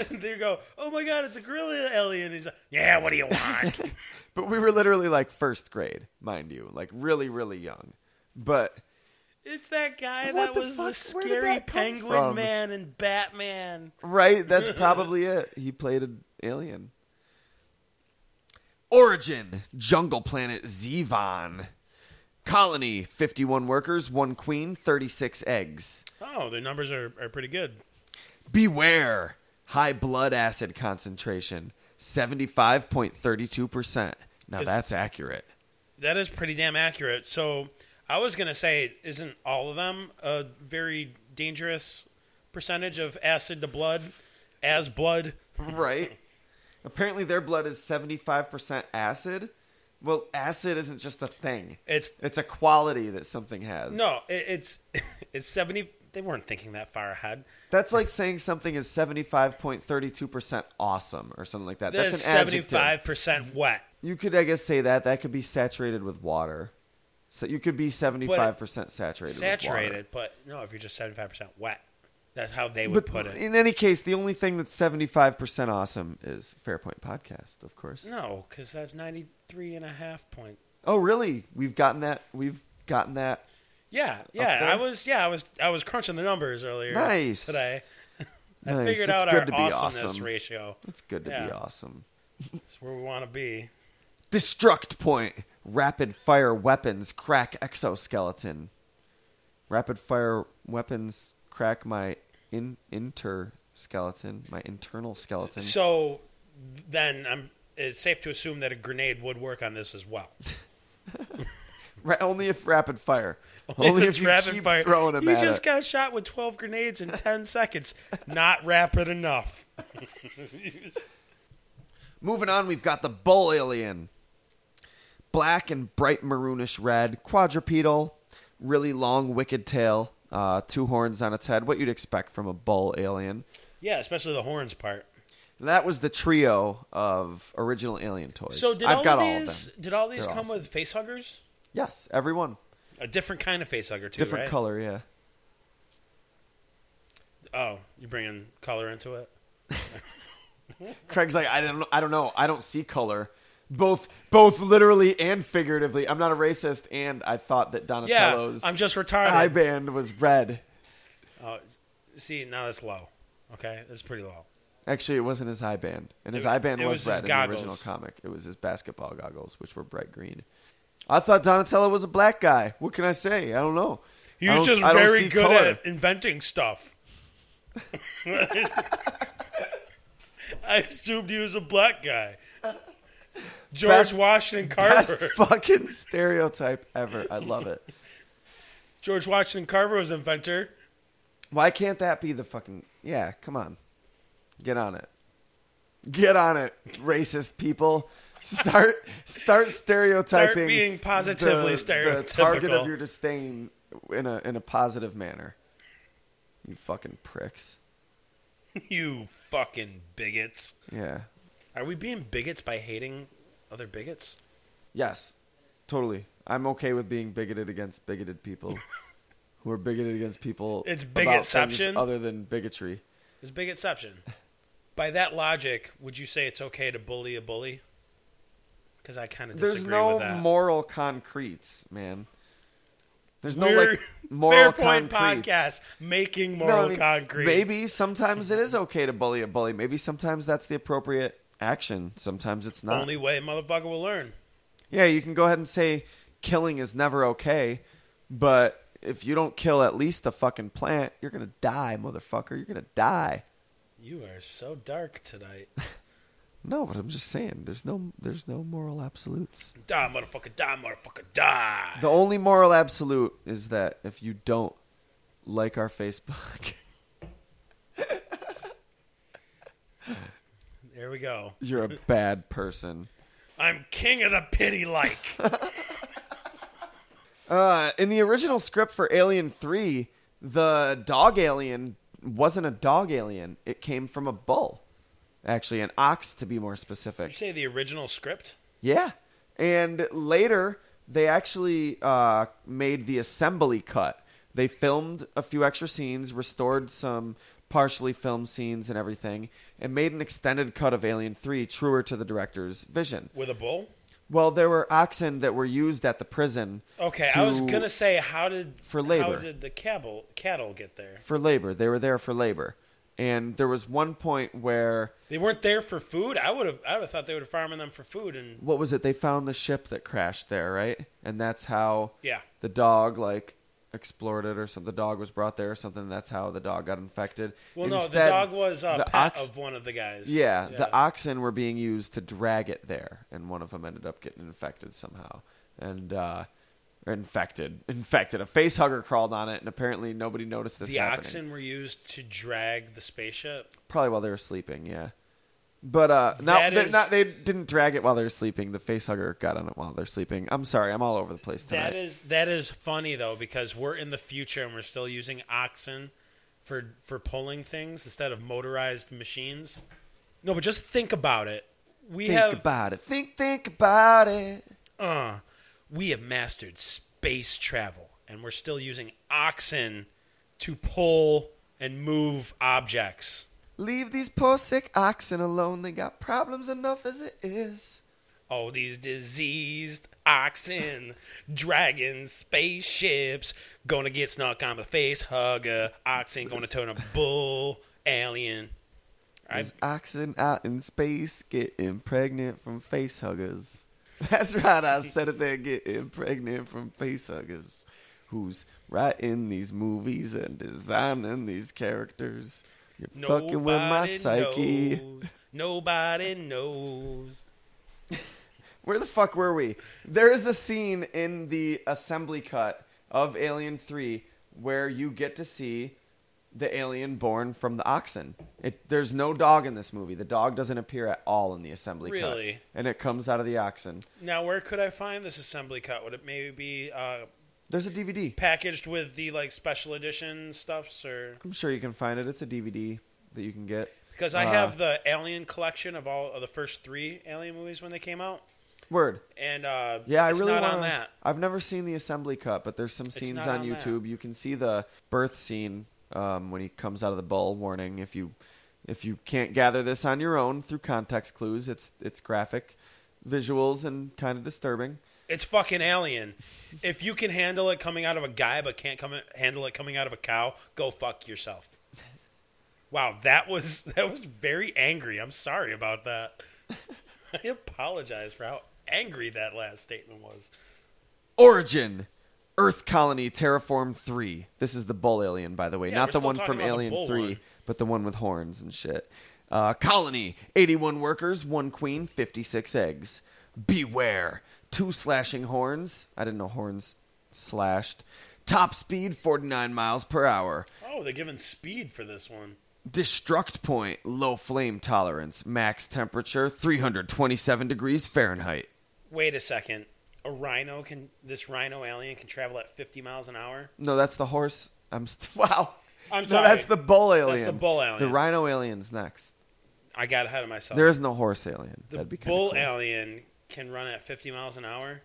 [SPEAKER 2] they go, "Oh my god, it's a gorilla alien." He's like, "Yeah, what do you want?"
[SPEAKER 1] [laughs] but we were literally like first grade, mind you, like really, really young. But
[SPEAKER 2] it's that guy
[SPEAKER 1] What
[SPEAKER 2] that
[SPEAKER 1] the
[SPEAKER 2] was the
[SPEAKER 1] fuck? Where did
[SPEAKER 2] scary
[SPEAKER 1] that come
[SPEAKER 2] penguin
[SPEAKER 1] from?
[SPEAKER 2] man in Batman.
[SPEAKER 1] right, that's probably it. He played an alien. Origin: Jungle planet Zevon. Colony: fifty-one workers, one queen, thirty-six eggs.
[SPEAKER 2] Oh, the numbers are, are pretty good.
[SPEAKER 1] Beware! High blood acid concentration, seventy-five point thirty-two percent. Now
[SPEAKER 2] Is-
[SPEAKER 1] that's accurate.
[SPEAKER 2] That is pretty damn accurate. So I was gonna say, isn't all of them a very dangerous percentage of acid to blood, as blood?
[SPEAKER 1] Right. Apparently, their blood is 75% acid. Well, acid isn't just a thing,
[SPEAKER 2] It's
[SPEAKER 1] it's a quality that something has.
[SPEAKER 2] no, it, it's [laughs] it's seventy. They weren't thinking that far ahead.
[SPEAKER 1] That's like saying something is 75.32% awesome or something like that.
[SPEAKER 2] That's
[SPEAKER 1] That's an adjective.
[SPEAKER 2] seventy-five percent wet.
[SPEAKER 1] You could, I guess, say that. That could be saturated with water. So you could be 75% saturated
[SPEAKER 2] saturated,
[SPEAKER 1] with
[SPEAKER 2] but no, if you're just seventy five percent wet, that's how they
[SPEAKER 1] water.
[SPEAKER 2] would put
[SPEAKER 1] But
[SPEAKER 2] it.
[SPEAKER 1] in any case, the only thing that's 75% awesome is Fairpoint Podcast, of course.
[SPEAKER 2] No, because that's ninety three and a half point.
[SPEAKER 1] Oh, really? We've gotten that. We've gotten that
[SPEAKER 2] Yeah, yeah.
[SPEAKER 1] Okay.
[SPEAKER 2] I was yeah, I was I was crunching the numbers earlier
[SPEAKER 1] Nice.
[SPEAKER 2] today. [laughs] I
[SPEAKER 1] Nice. It's
[SPEAKER 2] figured out
[SPEAKER 1] good
[SPEAKER 2] our
[SPEAKER 1] to be
[SPEAKER 2] awesomeness
[SPEAKER 1] awesome.
[SPEAKER 2] ratio.
[SPEAKER 1] It's good to be
[SPEAKER 2] Yeah.
[SPEAKER 1] awesome.
[SPEAKER 2] It's where we want to be.
[SPEAKER 1] Destruct point. Rapid fire weapons crack exoskeleton. Rapid fire weapons crack my in inter skeleton, my internal skeleton.
[SPEAKER 2] So then I'm it's safe to assume that a grenade would work on this as well.
[SPEAKER 1] Ra- only if rapid
[SPEAKER 2] [laughs]
[SPEAKER 1] fire. [laughs] Only
[SPEAKER 2] It's
[SPEAKER 1] if you keep throwing them
[SPEAKER 2] you
[SPEAKER 1] at
[SPEAKER 2] just
[SPEAKER 1] it.
[SPEAKER 2] got shot with 12 grenades
[SPEAKER 1] [laughs]
[SPEAKER 2] in 10 seconds. Not rapid enough.
[SPEAKER 1] Moving on, we've got the bull alien. Black and bright maroonish red, quadrupedal, really long, wicked tail, uh, two horns on its head. What you'd expect from a bull alien.
[SPEAKER 2] Yeah, especially the horns part.
[SPEAKER 1] That was the trio of original Alien toys.
[SPEAKER 2] So did
[SPEAKER 1] I've
[SPEAKER 2] all
[SPEAKER 1] got
[SPEAKER 2] of
[SPEAKER 1] all
[SPEAKER 2] these
[SPEAKER 1] of them.
[SPEAKER 2] did all these
[SPEAKER 1] They're
[SPEAKER 2] come
[SPEAKER 1] awesome.
[SPEAKER 2] with face huggers?
[SPEAKER 1] Yes, everyone.
[SPEAKER 2] A different kind of face hugger too,
[SPEAKER 1] Different
[SPEAKER 2] right?
[SPEAKER 1] color, yeah.
[SPEAKER 2] Oh, you bringing color into it?
[SPEAKER 1] Craig's like, I don't, I don't know, I don't see color. Both, both literally and figuratively. I'm not a racist, and I thought that
[SPEAKER 2] Yeah,
[SPEAKER 1] Donatello's
[SPEAKER 2] I'm just retarded.
[SPEAKER 1] eye band was red.
[SPEAKER 2] Oh, see, now that's low. Okay, that's pretty low.
[SPEAKER 1] Actually, it wasn't his eye band, and his
[SPEAKER 2] It-
[SPEAKER 1] eye band
[SPEAKER 2] it
[SPEAKER 1] was,
[SPEAKER 2] was
[SPEAKER 1] red
[SPEAKER 2] his
[SPEAKER 1] in the original
[SPEAKER 2] goggles.
[SPEAKER 1] comic. It was his basketball goggles, which were bright green. I thought Donatello was a black guy. What can I say? I don't know.
[SPEAKER 2] He
[SPEAKER 1] I
[SPEAKER 2] was
[SPEAKER 1] don't-
[SPEAKER 2] just
[SPEAKER 1] I don't
[SPEAKER 2] very
[SPEAKER 1] see
[SPEAKER 2] good
[SPEAKER 1] color.
[SPEAKER 2] at inventing stuff. [laughs] I assumed he was a black guy. George
[SPEAKER 1] Best-
[SPEAKER 2] Washington
[SPEAKER 1] Best
[SPEAKER 2] Carver.
[SPEAKER 1] fucking stereotype ever. I love it.
[SPEAKER 2] George Washington Carver was inventor. [laughs]
[SPEAKER 1] Why can't that be the fucking yeah? Come on, get on it, get on it, racist people. Start start stereotyping.
[SPEAKER 2] being positively
[SPEAKER 1] The target
[SPEAKER 2] stereotypical.
[SPEAKER 1] of your disdain in a in a positive manner. You fucking pricks.
[SPEAKER 2] you fucking bigots.
[SPEAKER 1] Yeah.
[SPEAKER 2] Are we being bigots by hating other bigots?
[SPEAKER 1] Yes. Totally. I'm okay with being bigoted against bigoted
[SPEAKER 2] [laughs]
[SPEAKER 1] people who are bigoted against people.
[SPEAKER 2] It's
[SPEAKER 1] about things
[SPEAKER 2] bigotception.
[SPEAKER 1] other than bigotry.
[SPEAKER 2] Is bigotception. By that logic, would you say it's okay to bully a bully? Because I kind of disagree
[SPEAKER 1] There's no
[SPEAKER 2] with that.
[SPEAKER 1] moral concretes, man. There's no
[SPEAKER 2] We're-
[SPEAKER 1] like moral
[SPEAKER 2] Fair Point
[SPEAKER 1] concretes.
[SPEAKER 2] podcast making
[SPEAKER 1] No,
[SPEAKER 2] moral
[SPEAKER 1] I mean,
[SPEAKER 2] concrete.
[SPEAKER 1] Maybe sometimes it is okay to bully a bully. Maybe sometimes that's the appropriate action. Sometimes it's not.
[SPEAKER 2] only way a motherfucker will learn.
[SPEAKER 1] yeah, you can go ahead and say killing is never okay, but if you don't kill at least a fucking plant, you're gonna die, motherfucker. You're gonna die.
[SPEAKER 2] You are so dark tonight. [laughs]
[SPEAKER 1] No, but I'm just saying, there's no, there's no moral absolutes.
[SPEAKER 2] die, motherfucker, die, motherfucker, die.
[SPEAKER 1] The only moral absolute is that if you don't like our Facebook, [laughs]
[SPEAKER 2] There we go.
[SPEAKER 1] you're a bad person.
[SPEAKER 2] I'm king of the pity like.
[SPEAKER 1] Uh, in the original script for Alien 3, the dog alien wasn't a dog alien. It came from a bull. Actually, an ox to be more
[SPEAKER 2] you
[SPEAKER 1] specific.
[SPEAKER 2] say the original script?
[SPEAKER 1] Yeah. And later, they actually uh, made the assembly cut. They filmed a few extra scenes, restored some partially filmed scenes and everything, and made an extended cut of Alien 3 truer to the director's vision.
[SPEAKER 2] With a bull?
[SPEAKER 1] Well, there were oxen that were used at the prison.
[SPEAKER 2] Okay, I was
[SPEAKER 1] to-
[SPEAKER 2] gonna say how did
[SPEAKER 1] for
[SPEAKER 2] how
[SPEAKER 1] labor.
[SPEAKER 2] did the cattle cattle get there?
[SPEAKER 1] for labor. They were there for labor. And there was one point where
[SPEAKER 2] They weren't there for food. I would have I would have thought they would have farming them for food and
[SPEAKER 1] what was it? They found the ship that crashed there, right? And that's how
[SPEAKER 2] yeah.
[SPEAKER 1] the dog like explored it or something. The dog was brought there or something. and that's how the dog got infected.
[SPEAKER 2] Well, no, the
[SPEAKER 1] Instead,
[SPEAKER 2] dog was a
[SPEAKER 1] the
[SPEAKER 2] pet
[SPEAKER 1] ox-
[SPEAKER 2] of one of the guys.
[SPEAKER 1] Yeah, the oxen were being used to drag it there, and one of them ended up getting infected somehow. And uh, or infected, infected. A face hugger crawled on it, and apparently nobody noticed this.
[SPEAKER 2] the
[SPEAKER 1] happening.
[SPEAKER 2] oxen were used to drag the spaceship.
[SPEAKER 1] probably while they were sleeping. Yeah, but uh, not,
[SPEAKER 2] That
[SPEAKER 1] they,
[SPEAKER 2] is-
[SPEAKER 1] not they didn't drag it while they were sleeping. The face hugger got on it while they're sleeping. I'm sorry, I'm all over the place tonight.
[SPEAKER 2] That is that is funny though because we're in the future and we're still using oxen for for pulling things instead of motorized machines. No, but just think about it. We
[SPEAKER 1] think
[SPEAKER 2] have
[SPEAKER 1] about it. Think, think about it.
[SPEAKER 2] uh, we have mastered space travel and we're still using oxen to pull and move objects.
[SPEAKER 1] Leave these poor sick oxen alone. They got problems enough as it is.
[SPEAKER 2] All these diseased oxen, dragon spaceships, gonna get snuck on the face hugger. Oxen gonna turn a bull alien. I-
[SPEAKER 1] There's oxen out in space getting pregnant from face huggers. [laughs] That's right, I said it there, getting pregnant from face huggers. Who's writing these movies and designing these characters? You're fucking with my
[SPEAKER 2] Nobody
[SPEAKER 1] psyche.
[SPEAKER 2] knows. Nobody knows.
[SPEAKER 1] Where the fuck were we? There is a scene in the assembly cut of Alien 3 where you get to see the alien born from the oxen. It, there's no dog in this movie. The dog doesn't appear at all in the assembly cut.
[SPEAKER 2] Really?
[SPEAKER 1] And it comes out of the oxen.
[SPEAKER 2] Now, where could I find this assembly cut? Would it maybe be uh,
[SPEAKER 1] There's a DVD.
[SPEAKER 2] packaged with the like special edition stuffs, or
[SPEAKER 1] I'm sure you can find it. It's a DVD that you can get.
[SPEAKER 2] because I
[SPEAKER 1] Uh,
[SPEAKER 2] have the Alien collection of all of the first three Alien movies when they came out,
[SPEAKER 1] Word.
[SPEAKER 2] and uh,
[SPEAKER 1] Yeah, I
[SPEAKER 2] it's
[SPEAKER 1] really
[SPEAKER 2] not
[SPEAKER 1] want
[SPEAKER 2] on that.
[SPEAKER 1] I've never seen the assembly cut, but there's some scenes
[SPEAKER 2] not
[SPEAKER 1] on,
[SPEAKER 2] on that.
[SPEAKER 1] YouTube. You can see the birth scene um, when he comes out of the bull. Warning: if you if you can't gather this on your own through context clues, it's it's graphic, visuals, and kind of disturbing.
[SPEAKER 2] It's fucking Alien. If you can handle it coming out of a guy, but can't come handle it coming out of a cow, go fuck yourself. Wow, that was [laughs] that was very angry. I'm sorry about that. [laughs] I apologize for how angry that last statement was.
[SPEAKER 1] Origin: Earth colony terraform three. This is the bull alien, by the way,
[SPEAKER 2] Yeah,
[SPEAKER 1] not
[SPEAKER 2] we're
[SPEAKER 1] the
[SPEAKER 2] still
[SPEAKER 1] one
[SPEAKER 2] talking
[SPEAKER 1] from
[SPEAKER 2] about the
[SPEAKER 1] Alien
[SPEAKER 2] bull
[SPEAKER 1] Three,
[SPEAKER 2] one.
[SPEAKER 1] but the one with horns and shit. Uh, colony: eighty-one workers, one queen, fifty-six eggs. Beware: two slashing horns. I didn't know horns slashed. Top speed: forty-nine miles per hour.
[SPEAKER 2] Oh, they're giving speed for this one.
[SPEAKER 1] Destruct point: low flame tolerance. Max temperature: three hundred twenty-seven degrees Fahrenheit.
[SPEAKER 2] Wait a second. A rhino can this rhino alien can travel at 50 miles an hour?
[SPEAKER 1] No, that's the horse. I'm st- [laughs] wow.
[SPEAKER 2] I'm
[SPEAKER 1] No,
[SPEAKER 2] sorry.
[SPEAKER 1] that's the bull alien.
[SPEAKER 2] the bull
[SPEAKER 1] The
[SPEAKER 2] alien.
[SPEAKER 1] rhino alien's next.
[SPEAKER 2] I got ahead of myself.
[SPEAKER 1] There is no horse alien.
[SPEAKER 2] the
[SPEAKER 1] That'd be kinda
[SPEAKER 2] bull
[SPEAKER 1] cool.
[SPEAKER 2] alien can run at 50 miles an hour.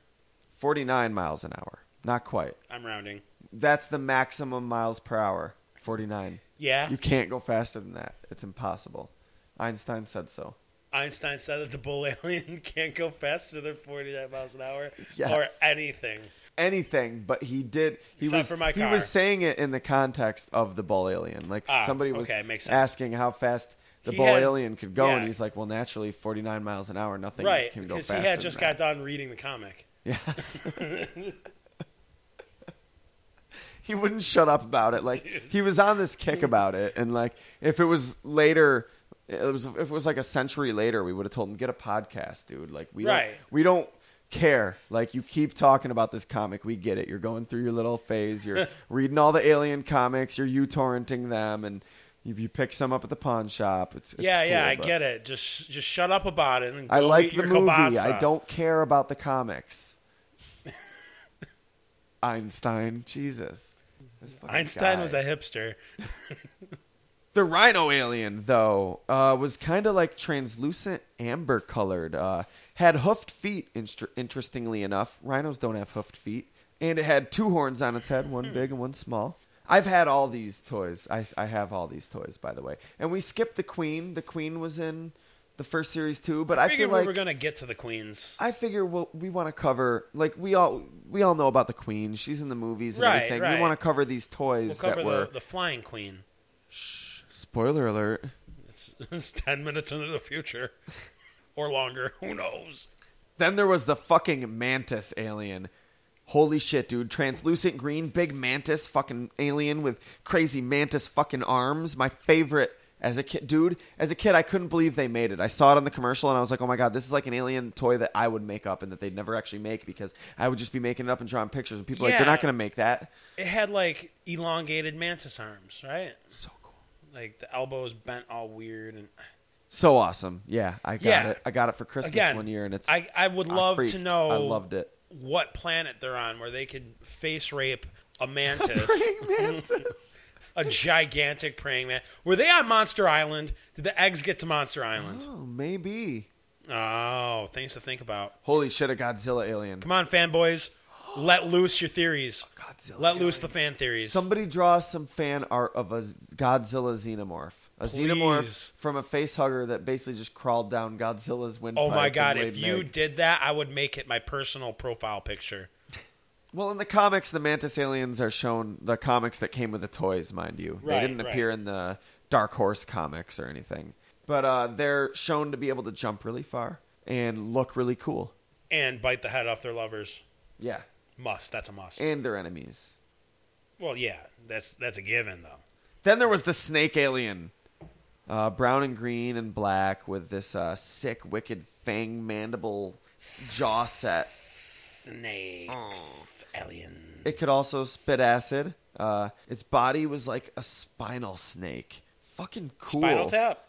[SPEAKER 1] 49 miles an hour. Not quite.
[SPEAKER 2] I'm rounding.
[SPEAKER 1] That's the maximum miles per hour. 49.
[SPEAKER 2] Yeah.
[SPEAKER 1] You can't go faster than that. It's impossible. Einstein said so.
[SPEAKER 2] Einstein said that the bull [laughs] alien can't go faster than 49 miles an hour
[SPEAKER 1] Yes.
[SPEAKER 2] or anything.
[SPEAKER 1] Anything, but he did. He
[SPEAKER 2] Except
[SPEAKER 1] was
[SPEAKER 2] for my
[SPEAKER 1] he
[SPEAKER 2] car.
[SPEAKER 1] was saying it in the context of the bull alien. Like
[SPEAKER 2] Ah,
[SPEAKER 1] somebody was
[SPEAKER 2] okay, makes sense.
[SPEAKER 1] asking how fast the
[SPEAKER 2] He
[SPEAKER 1] bull
[SPEAKER 2] had-
[SPEAKER 1] alien could go, and
[SPEAKER 2] yeah.
[SPEAKER 1] he's like, "Well, naturally, forty nine miles an hour. Nothing
[SPEAKER 2] right,
[SPEAKER 1] can go
[SPEAKER 2] because
[SPEAKER 1] faster."
[SPEAKER 2] he had
[SPEAKER 1] than
[SPEAKER 2] just
[SPEAKER 1] that.
[SPEAKER 2] got done reading the comic.
[SPEAKER 1] Yes. [laughs] he wouldn't shut up about it. Like he was on this kick about it, and like if it was later, it was if it was like a century later, we would have told him get a podcast, dude. Like we
[SPEAKER 2] Right.
[SPEAKER 1] don't we don't care. Like you keep talking about this comic, we get it. You're going through your little phase.
[SPEAKER 2] [laughs]
[SPEAKER 1] You're reading all the alien comics. You're you torrenting them, and you, you pick some up at the pawn shop. It's, it's
[SPEAKER 2] yeah, yeah,
[SPEAKER 1] cool,
[SPEAKER 2] I
[SPEAKER 1] but-
[SPEAKER 2] get it. Just just shut up about it and go
[SPEAKER 1] I like
[SPEAKER 2] eat
[SPEAKER 1] the
[SPEAKER 2] your
[SPEAKER 1] movie.
[SPEAKER 2] kielbasa.
[SPEAKER 1] I don't care about the
[SPEAKER 2] [laughs]
[SPEAKER 1] comics. Einstein, Jesus. This fucking
[SPEAKER 2] Einstein
[SPEAKER 1] guy.
[SPEAKER 2] was a hipster.
[SPEAKER 1] The rhino alien, though, uh, was kind of like translucent amber colored. Uh, had hoofed feet, inst- interestingly enough. Rhinos don't have hoofed feet. And it had two horns on its head, one big and one small. I've had all these toys. I, I have all these toys, by the way. And we skipped the queen. The queen was in the first series, too. But I,
[SPEAKER 2] I
[SPEAKER 1] feel
[SPEAKER 2] figured
[SPEAKER 1] like.
[SPEAKER 2] we were going to get to the Queens.
[SPEAKER 1] I figure we'll, we want to cover like we all we all know about the Queen. She's in the movies and
[SPEAKER 2] Right,
[SPEAKER 1] everything.
[SPEAKER 2] right.
[SPEAKER 1] We want to cover these
[SPEAKER 2] We'll
[SPEAKER 1] toys
[SPEAKER 2] cover
[SPEAKER 1] that were
[SPEAKER 2] the, the Flying Queen.
[SPEAKER 1] spoiler alert.
[SPEAKER 2] It's, [laughs] it's 10 minutes into the future
[SPEAKER 1] [laughs]
[SPEAKER 2] or longer. Who knows?
[SPEAKER 1] Then there was the fucking mantis alien. Holy shit, dude! Translucent green, big mantis, fucking alien with crazy mantis fucking arms. My favorite as a kid, dude. As a kid, I couldn't believe they made it. I saw it on the commercial and I was like, oh my god, this is like an alien toy that I would make up and that they'd never actually make because I would just be making it up and drawing pictures. And people are like, they're
[SPEAKER 2] Yeah.
[SPEAKER 1] not gonna make that.
[SPEAKER 2] It had like elongated mantis arms, right?
[SPEAKER 1] So cool.
[SPEAKER 2] Like the elbows bent all weird and
[SPEAKER 1] So awesome. Yeah, I got
[SPEAKER 2] Yeah.
[SPEAKER 1] it. I got it for Christmas
[SPEAKER 2] Again,
[SPEAKER 1] one year and it's
[SPEAKER 2] I, I would
[SPEAKER 1] I
[SPEAKER 2] love
[SPEAKER 1] freaked.
[SPEAKER 2] to know
[SPEAKER 1] I loved
[SPEAKER 2] [laughs]
[SPEAKER 1] it.
[SPEAKER 2] what planet they're on where they could face rape
[SPEAKER 1] [laughs]
[SPEAKER 2] a mantis,
[SPEAKER 1] mantis.
[SPEAKER 2] a gigantic praying man. Were they on Monster Island? Did the eggs get to Monster Island?
[SPEAKER 1] oh, maybe.
[SPEAKER 2] Oh, things to think about.
[SPEAKER 1] Holy shit, a Godzilla alien.
[SPEAKER 2] Come on, fanboys. Let loose your theories.
[SPEAKER 1] Godzilla.
[SPEAKER 2] Let loose the fan theories.
[SPEAKER 1] Somebody draw some fan art of a Godzilla xenomorph. a xenomorph
[SPEAKER 2] Please.
[SPEAKER 1] from a face hugger that basically just crawled down Godzilla's windpipe.
[SPEAKER 2] Oh my
[SPEAKER 1] and
[SPEAKER 2] god,
[SPEAKER 1] laid
[SPEAKER 2] if you
[SPEAKER 1] Meg.
[SPEAKER 2] did that, I would make it my personal profile picture.
[SPEAKER 1] well, in the comics, the mantis aliens are shown the comics that came with the toys, mind you. they
[SPEAKER 2] Right,
[SPEAKER 1] didn't
[SPEAKER 2] right.
[SPEAKER 1] appear in the Dark Horse comics or anything, but uh, they're shown to be able to jump really far and look really cool.
[SPEAKER 2] And bite the head off their lovers.
[SPEAKER 1] Yeah,
[SPEAKER 2] Must. That's a must.
[SPEAKER 1] and their enemies.
[SPEAKER 2] well, yeah, that's that's a given though.
[SPEAKER 1] Then there was the snake alien, uh, brown and green and black with this uh, sick, wicked fang mandible jaw set.
[SPEAKER 2] Snakes, aliens.
[SPEAKER 1] It could also spit acid. Uh, its body was like a spinal snake. Fucking cool.
[SPEAKER 2] Spinal Tap.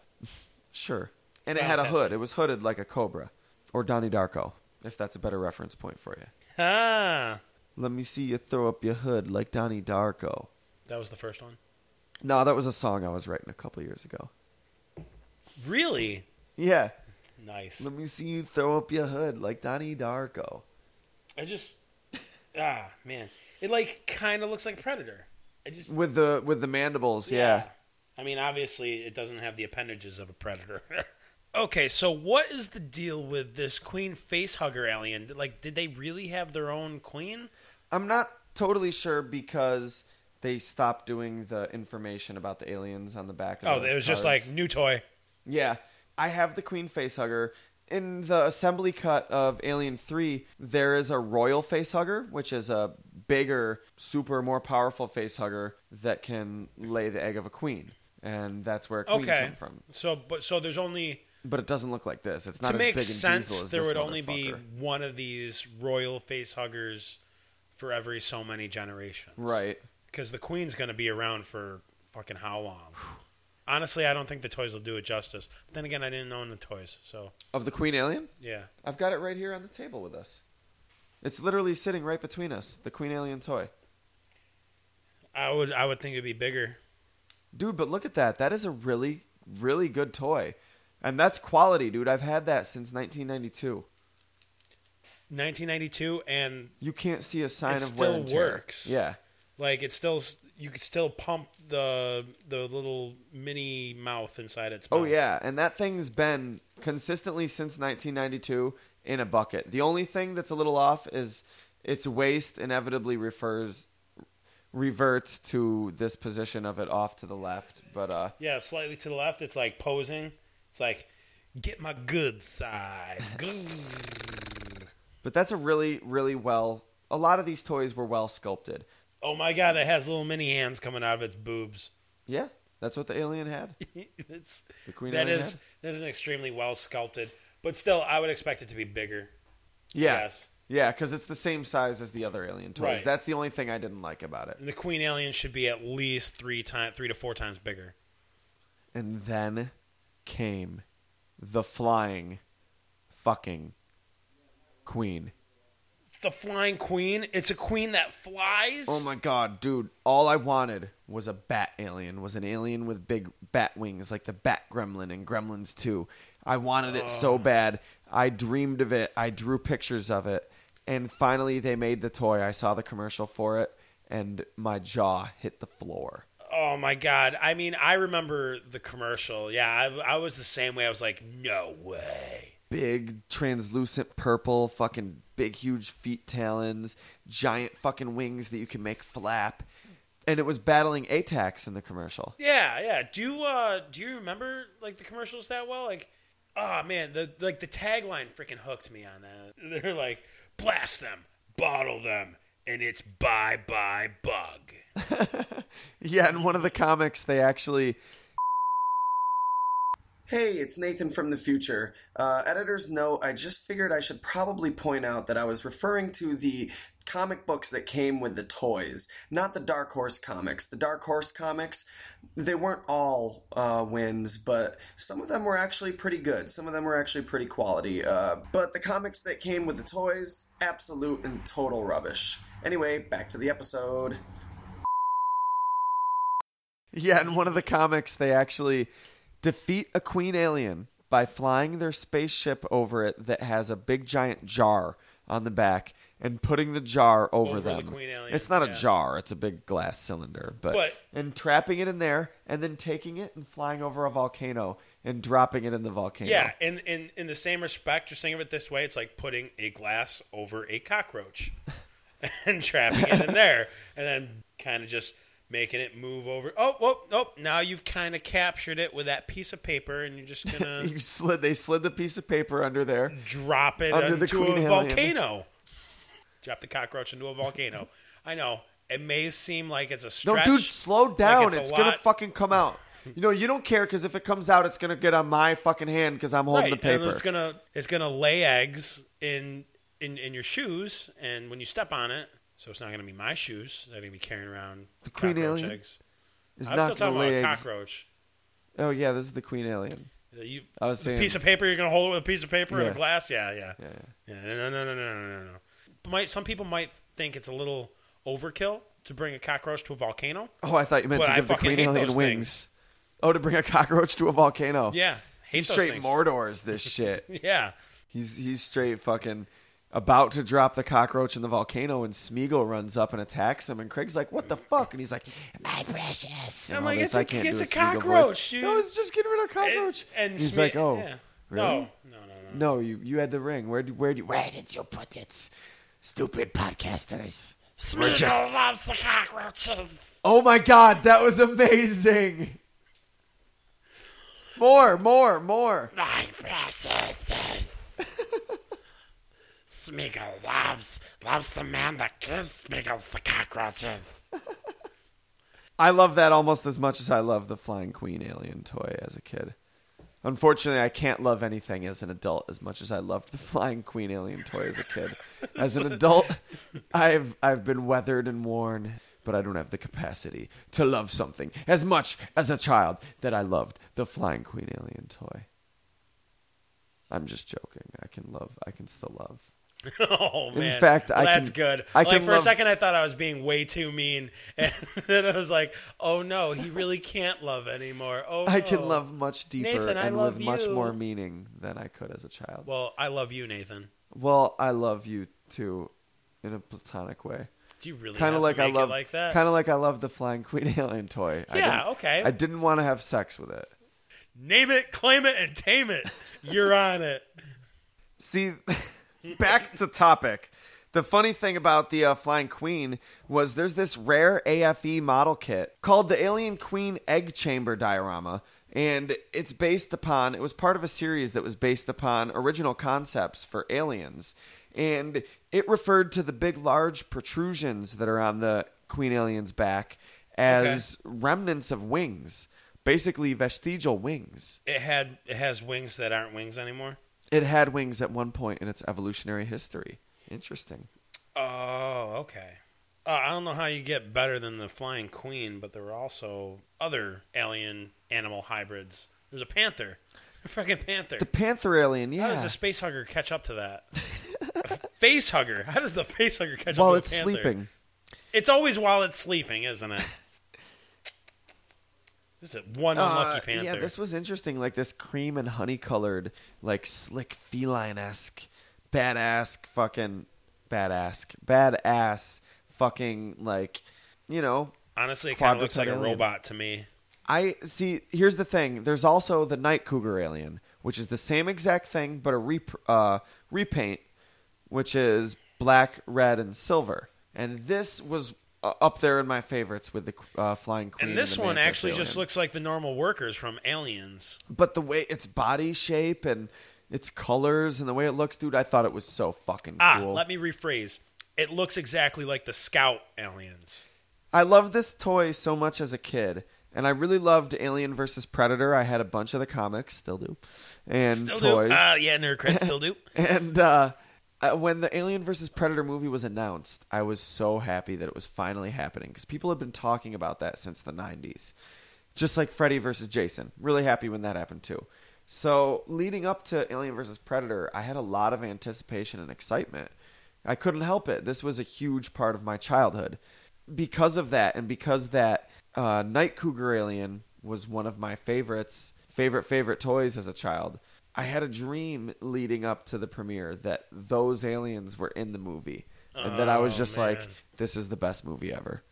[SPEAKER 1] Sure. And it
[SPEAKER 2] Spinal
[SPEAKER 1] had a
[SPEAKER 2] Tap's
[SPEAKER 1] hood.
[SPEAKER 2] right.
[SPEAKER 1] It was hooded like a cobra, or Donnie Darko, if that's a better reference point for you.
[SPEAKER 2] Ah,
[SPEAKER 1] Let me see you throw up your hood like Donnie Darko.
[SPEAKER 2] that was the first one.
[SPEAKER 1] No, that was a song I was writing a couple years ago.
[SPEAKER 2] Really
[SPEAKER 1] Yeah.
[SPEAKER 2] nice.
[SPEAKER 1] Let me see you throw up your hood like Donnie Darko.
[SPEAKER 2] I just ah man, it like kind of looks like Predator. I just
[SPEAKER 1] with the with the mandibles yeah,
[SPEAKER 2] I mean, obviously, it doesn't have the appendages of a predator. [laughs] okay, so what is the deal with this queen face hugger alien? Like, did they really have their own queen?
[SPEAKER 1] i'm not totally sure because they stopped doing the information about the aliens on the back of
[SPEAKER 2] Oh,
[SPEAKER 1] the
[SPEAKER 2] it was just
[SPEAKER 1] cards.
[SPEAKER 2] like new toy.
[SPEAKER 1] yeah i have the queen facehugger in the assembly cut of alien 3 there is a royal facehugger which is a bigger super more powerful facehugger that can lay the egg of a queen and that's where a queen
[SPEAKER 2] Okay.
[SPEAKER 1] came from
[SPEAKER 2] So, but so there's only
[SPEAKER 1] but it doesn't look like this it's not
[SPEAKER 2] to
[SPEAKER 1] as
[SPEAKER 2] make
[SPEAKER 1] big and
[SPEAKER 2] sense
[SPEAKER 1] diesel as
[SPEAKER 2] there
[SPEAKER 1] this
[SPEAKER 2] would only be
[SPEAKER 1] motherfucker.
[SPEAKER 2] one of these royal face huggers for every so many generations,
[SPEAKER 1] right
[SPEAKER 2] Because the queen's going to be around for fucking how long? [sighs] Honestly, I don't think the toys will do it justice. But then again, I didn't own the toys, so
[SPEAKER 1] of the queen alien
[SPEAKER 2] yeah.
[SPEAKER 1] I've got it right here on the table with us. It's literally sitting right between us, the Queen Alien toy.
[SPEAKER 2] I would I would think it'd be bigger.
[SPEAKER 1] Dude, but look at that. That is a really, really good toy. And that's quality, dude. I've had that since 1992.
[SPEAKER 2] 1992 and
[SPEAKER 1] You can't see a sign
[SPEAKER 2] It
[SPEAKER 1] of wear
[SPEAKER 2] still
[SPEAKER 1] and tear.
[SPEAKER 2] works.
[SPEAKER 1] Yeah.
[SPEAKER 2] like it's still you could still pump the the little mini mouth inside its mouth.
[SPEAKER 1] Oh, yeah. And that thing's been consistently since 1992 in a bucket. The only thing that's a little off is its waist inevitably refers reverts to this position of it off to the left. But uh
[SPEAKER 2] Yeah, slightly to the left it's like posing. It's like get my
[SPEAKER 1] [laughs]
[SPEAKER 2] good side. Grrr.
[SPEAKER 1] But that's a really, really well. A lot of these toys were well sculpted.
[SPEAKER 2] oh my god, it has little mini hands coming out of its boobs. [laughs]
[SPEAKER 1] Yeah, that's what the alien had.
[SPEAKER 2] it's
[SPEAKER 1] The queen
[SPEAKER 2] that
[SPEAKER 1] alien
[SPEAKER 2] is
[SPEAKER 1] had?
[SPEAKER 2] that is an extremely well sculpted, but still I would expect it to be bigger.
[SPEAKER 1] Yeah,
[SPEAKER 2] Yes.
[SPEAKER 1] yeah, because it's the same size as the other alien toys.
[SPEAKER 2] Right.
[SPEAKER 1] That's the only thing I didn't like about it.
[SPEAKER 2] And the queen alien should be at least 3 times 3 to 4 times bigger.
[SPEAKER 1] And then came the flying, fucking queen.
[SPEAKER 2] the flying queen. It's a queen that flies.
[SPEAKER 1] Oh my god, dude! All I wanted was a bat alien. Was an alien with big bat wings, like the Bat Gremlin in Gremlins Two. I wanted it so bad. I dreamed of it. I drew pictures of it, and finally they made the toy. I saw the commercial for it, and my jaw hit the floor.
[SPEAKER 2] Oh my god. I mean, I remember the commercial. Yeah, I, I was the same way. I was like, no way.
[SPEAKER 1] Big translucent purple, fucking big, huge feet, talons, giant fucking wings that you can make flap, and it was battling Atax in the commercial.
[SPEAKER 2] Yeah, yeah. Do you uh do you remember like the commercials that well? Like, oh man, the like the tagline freaking hooked me on that. [laughs] They're like, blast them, bottle them, and it's bye bye bug.
[SPEAKER 1] Yeah, in one of the comics, they actually. Hey, it's Nathan from the future. Uh, editor's note I just figured I should probably point out that I was referring to the comic books that came with the toys, not the Dark Horse comics. The Dark Horse comics, they weren't all uh, wins, but some of them were actually pretty good. Some of them were actually pretty quality. Uh, but the comics that came with the toys, absolute and total rubbish. Anyway, back to the episode. [laughs] Yeah, in one of the comics, they actually defeat a queen alien by flying their spaceship over it that has a big giant jar on the back, and putting the jar over,
[SPEAKER 2] Over the
[SPEAKER 1] them.
[SPEAKER 2] queen alien,
[SPEAKER 1] it's not
[SPEAKER 2] yeah.
[SPEAKER 1] a jar; it's a big glass cylinder. But,
[SPEAKER 2] But-
[SPEAKER 1] and trapping it in there, and then taking it and flying over a volcano and dropping it in the volcano.
[SPEAKER 2] Yeah, and in, in the same respect, just think of it this way: it's like putting a glass over a cockroach [laughs] and trapping it in there, and then kind of just making it move over. Oh, oh, oh! Now you've kind of captured it with that piece of paper, and you're just gonna
[SPEAKER 1] [laughs] [laughs] you slid. They slid the piece of paper under there.
[SPEAKER 2] drop it
[SPEAKER 1] Under the
[SPEAKER 2] into
[SPEAKER 1] Queen
[SPEAKER 2] a
[SPEAKER 1] Alien.
[SPEAKER 2] volcano. Drop the cockroach into a volcano. I know it may seem like it's a
[SPEAKER 1] No,
[SPEAKER 2] stretch.
[SPEAKER 1] dude, slow down.
[SPEAKER 2] it's a
[SPEAKER 1] it's gonna
[SPEAKER 2] lot.
[SPEAKER 1] fucking come out. You know, you don't care because if it comes out, it's gonna get on my fucking hand because I'm holding
[SPEAKER 2] Right,
[SPEAKER 1] the paper.
[SPEAKER 2] And it's gonna it's gonna lay eggs in in in your shoes, and when you step on it, so it's not gonna be my shoes. I'm gonna be carrying around the
[SPEAKER 1] queen
[SPEAKER 2] cockroach
[SPEAKER 1] alien?
[SPEAKER 2] eggs.
[SPEAKER 1] It's
[SPEAKER 2] I'm
[SPEAKER 1] not
[SPEAKER 2] still
[SPEAKER 1] gonna
[SPEAKER 2] talking
[SPEAKER 1] lay
[SPEAKER 2] about a
[SPEAKER 1] eggs.
[SPEAKER 2] cockroach. Uh,
[SPEAKER 1] Oh yeah, this is the queen alien.
[SPEAKER 2] You,
[SPEAKER 1] I was
[SPEAKER 2] the
[SPEAKER 1] saying-
[SPEAKER 2] piece of paper. You're gonna hold it with a piece of paper and
[SPEAKER 1] Yeah.
[SPEAKER 2] a glass. Yeah, yeah,
[SPEAKER 1] Yeah, yeah.
[SPEAKER 2] yeah. No, no, no, no, no, no, no. But might some people might think it's a little overkill to bring a cockroach to a volcano.
[SPEAKER 1] Oh, I thought you meant
[SPEAKER 2] But
[SPEAKER 1] to
[SPEAKER 2] I
[SPEAKER 1] give the
[SPEAKER 2] fucking
[SPEAKER 1] queen
[SPEAKER 2] hate
[SPEAKER 1] alien
[SPEAKER 2] those
[SPEAKER 1] wings.
[SPEAKER 2] things.
[SPEAKER 1] Oh, to bring a [laughs] cockroach to a volcano.
[SPEAKER 2] Yeah, hate
[SPEAKER 1] he's
[SPEAKER 2] those
[SPEAKER 1] straight
[SPEAKER 2] things.
[SPEAKER 1] Mordor's this shit.
[SPEAKER 2] [laughs] Yeah,
[SPEAKER 1] he's he's straight fucking about to drop the cockroach in the volcano, and Smeagol runs up and attacks him, and Craig's like, "What the fuck?" And he's like, "My precious." And
[SPEAKER 2] I'm
[SPEAKER 1] all
[SPEAKER 2] like,
[SPEAKER 1] this,
[SPEAKER 2] it's a-
[SPEAKER 1] I can't
[SPEAKER 2] it's
[SPEAKER 1] do
[SPEAKER 2] a
[SPEAKER 1] Smeagol voice.
[SPEAKER 2] cockroach, dude.
[SPEAKER 1] No, it's just getting rid of a cockroach.
[SPEAKER 2] and, and
[SPEAKER 1] he's
[SPEAKER 2] Sme-
[SPEAKER 1] like, "Oh,
[SPEAKER 2] yeah.
[SPEAKER 1] really?
[SPEAKER 2] no, no, no, no.
[SPEAKER 1] No, you you had the ring. Where do, where do, where did you put it? Stupid podcasters. We're just-
[SPEAKER 2] loves the cockroaches.
[SPEAKER 1] Oh my god, that was amazing. More, more, more.
[SPEAKER 2] My precious. Smeagol loves loves the man that gives Smeagol's the cockroaches.
[SPEAKER 1] I love that almost as much as I love the Flying Queen alien toy as a kid. Unfortunately, I can't love anything as an adult as much as I loved the Flying Queen alien toy as a kid. As an adult, I've I've been weathered and worn, but I don't have the capacity to love something as much as a child that I loved the Flying Queen alien toy. I'm just joking. I can love. I can still love.
[SPEAKER 2] [laughs] Oh man!
[SPEAKER 1] fact,
[SPEAKER 2] Well,
[SPEAKER 1] I
[SPEAKER 2] that's
[SPEAKER 1] can-
[SPEAKER 2] good.
[SPEAKER 1] I
[SPEAKER 2] like
[SPEAKER 1] can
[SPEAKER 2] for a
[SPEAKER 1] love-
[SPEAKER 2] second, I thought I was being way too mean, [laughs] and then I was like, "Oh no, he really can't love anymore." Oh,
[SPEAKER 1] I can
[SPEAKER 2] no.
[SPEAKER 1] love much deeper
[SPEAKER 2] Nathan, I
[SPEAKER 1] and
[SPEAKER 2] love
[SPEAKER 1] with much
[SPEAKER 2] you.
[SPEAKER 1] more meaning than I could as a child. Well,
[SPEAKER 2] Well, I love you, Nathan.
[SPEAKER 1] I love you too, in a platonic way.
[SPEAKER 2] Do you really
[SPEAKER 1] Kind
[SPEAKER 2] have
[SPEAKER 1] of like
[SPEAKER 2] to
[SPEAKER 1] I
[SPEAKER 2] make it
[SPEAKER 1] love,
[SPEAKER 2] like that?
[SPEAKER 1] kind of like I love the flying queen [laughs] alien toy. I
[SPEAKER 2] Yeah,
[SPEAKER 1] didn't-
[SPEAKER 2] okay.
[SPEAKER 1] I didn't want to have sex with it.
[SPEAKER 2] Name it, claim it, and tame it. You're on it.
[SPEAKER 1] See, [laughs] back to topic. The funny thing about the uh, Flying Queen was there's this rare AFE model kit called the Alien Queen Egg Chamber Diorama, and it's based upon, it was part of a series that was based upon original concepts for aliens. And it referred to the big, large protrusions that are on the Queen Alien's back as remnants of wings, basically vestigial wings.
[SPEAKER 2] It had it has wings that aren't wings anymore.
[SPEAKER 1] It had wings at one point in its evolutionary history. Interesting.
[SPEAKER 2] Oh, okay. Uh, I don't know how you get better than the flying queen, but there were also other alien animal hybrids. There's a panther, a fucking panther.
[SPEAKER 1] The panther alien, yeah.
[SPEAKER 2] How does the space hugger catch up to that? A face hugger. How does the face hugger catch
[SPEAKER 1] While
[SPEAKER 2] up to
[SPEAKER 1] it's
[SPEAKER 2] the panther?
[SPEAKER 1] sleeping.
[SPEAKER 2] It's always while it's sleeping, isn't
[SPEAKER 1] [laughs]
[SPEAKER 2] it? This is one unlucky
[SPEAKER 1] Uh,
[SPEAKER 2] panther.
[SPEAKER 1] Yeah, this was interesting. Like this cream and honey colored, like slick feline esque, badass fucking badass, badass fucking like, you know.
[SPEAKER 2] Honestly, it kind of looks like a
[SPEAKER 1] quadruped alien.
[SPEAKER 2] robot to me.
[SPEAKER 1] I see. Here's the thing. There's also the night cougar alien, which is the same exact thing but a rep- uh, repaint, which is black, red, and silver. And this was uh, up there in my favorites with the uh, flying queen.
[SPEAKER 2] And this
[SPEAKER 1] the
[SPEAKER 2] one
[SPEAKER 1] mantis
[SPEAKER 2] actually just
[SPEAKER 1] alien.
[SPEAKER 2] looks like the normal workers from Aliens.
[SPEAKER 1] But the way its body shape and its colors and the way it looks, dude, I thought it was so fucking
[SPEAKER 2] Ah,
[SPEAKER 1] cool.
[SPEAKER 2] let me rephrase. It looks exactly like the Scout aliens.
[SPEAKER 1] I loved this toy so much as a kid, and I really loved Alien vs. Predator. I had a bunch of the comics, still do, and
[SPEAKER 2] Still
[SPEAKER 1] toys.
[SPEAKER 2] do. Ah, yeah, nerd cred still [laughs] do.
[SPEAKER 1] And uh, uh, when the Alien vs. Predator movie was announced, I was so happy that it was finally happening because people have been talking about that since the 90s. Just like Freddy vs. Jason. Really happy when that happened too. So, leading up to Alien vs. Predator, I had a lot of anticipation and excitement. I couldn't help it. This was a huge part of my childhood. Because of that, and because that uh, Night Cougar Alien was one of my favorites, favorite, favorite toys as a child, I had a dream leading up to the premiere that those aliens were in the movie. and then I was
[SPEAKER 2] Oh,
[SPEAKER 1] just like,
[SPEAKER 2] man.
[SPEAKER 1] "This is the best movie ever."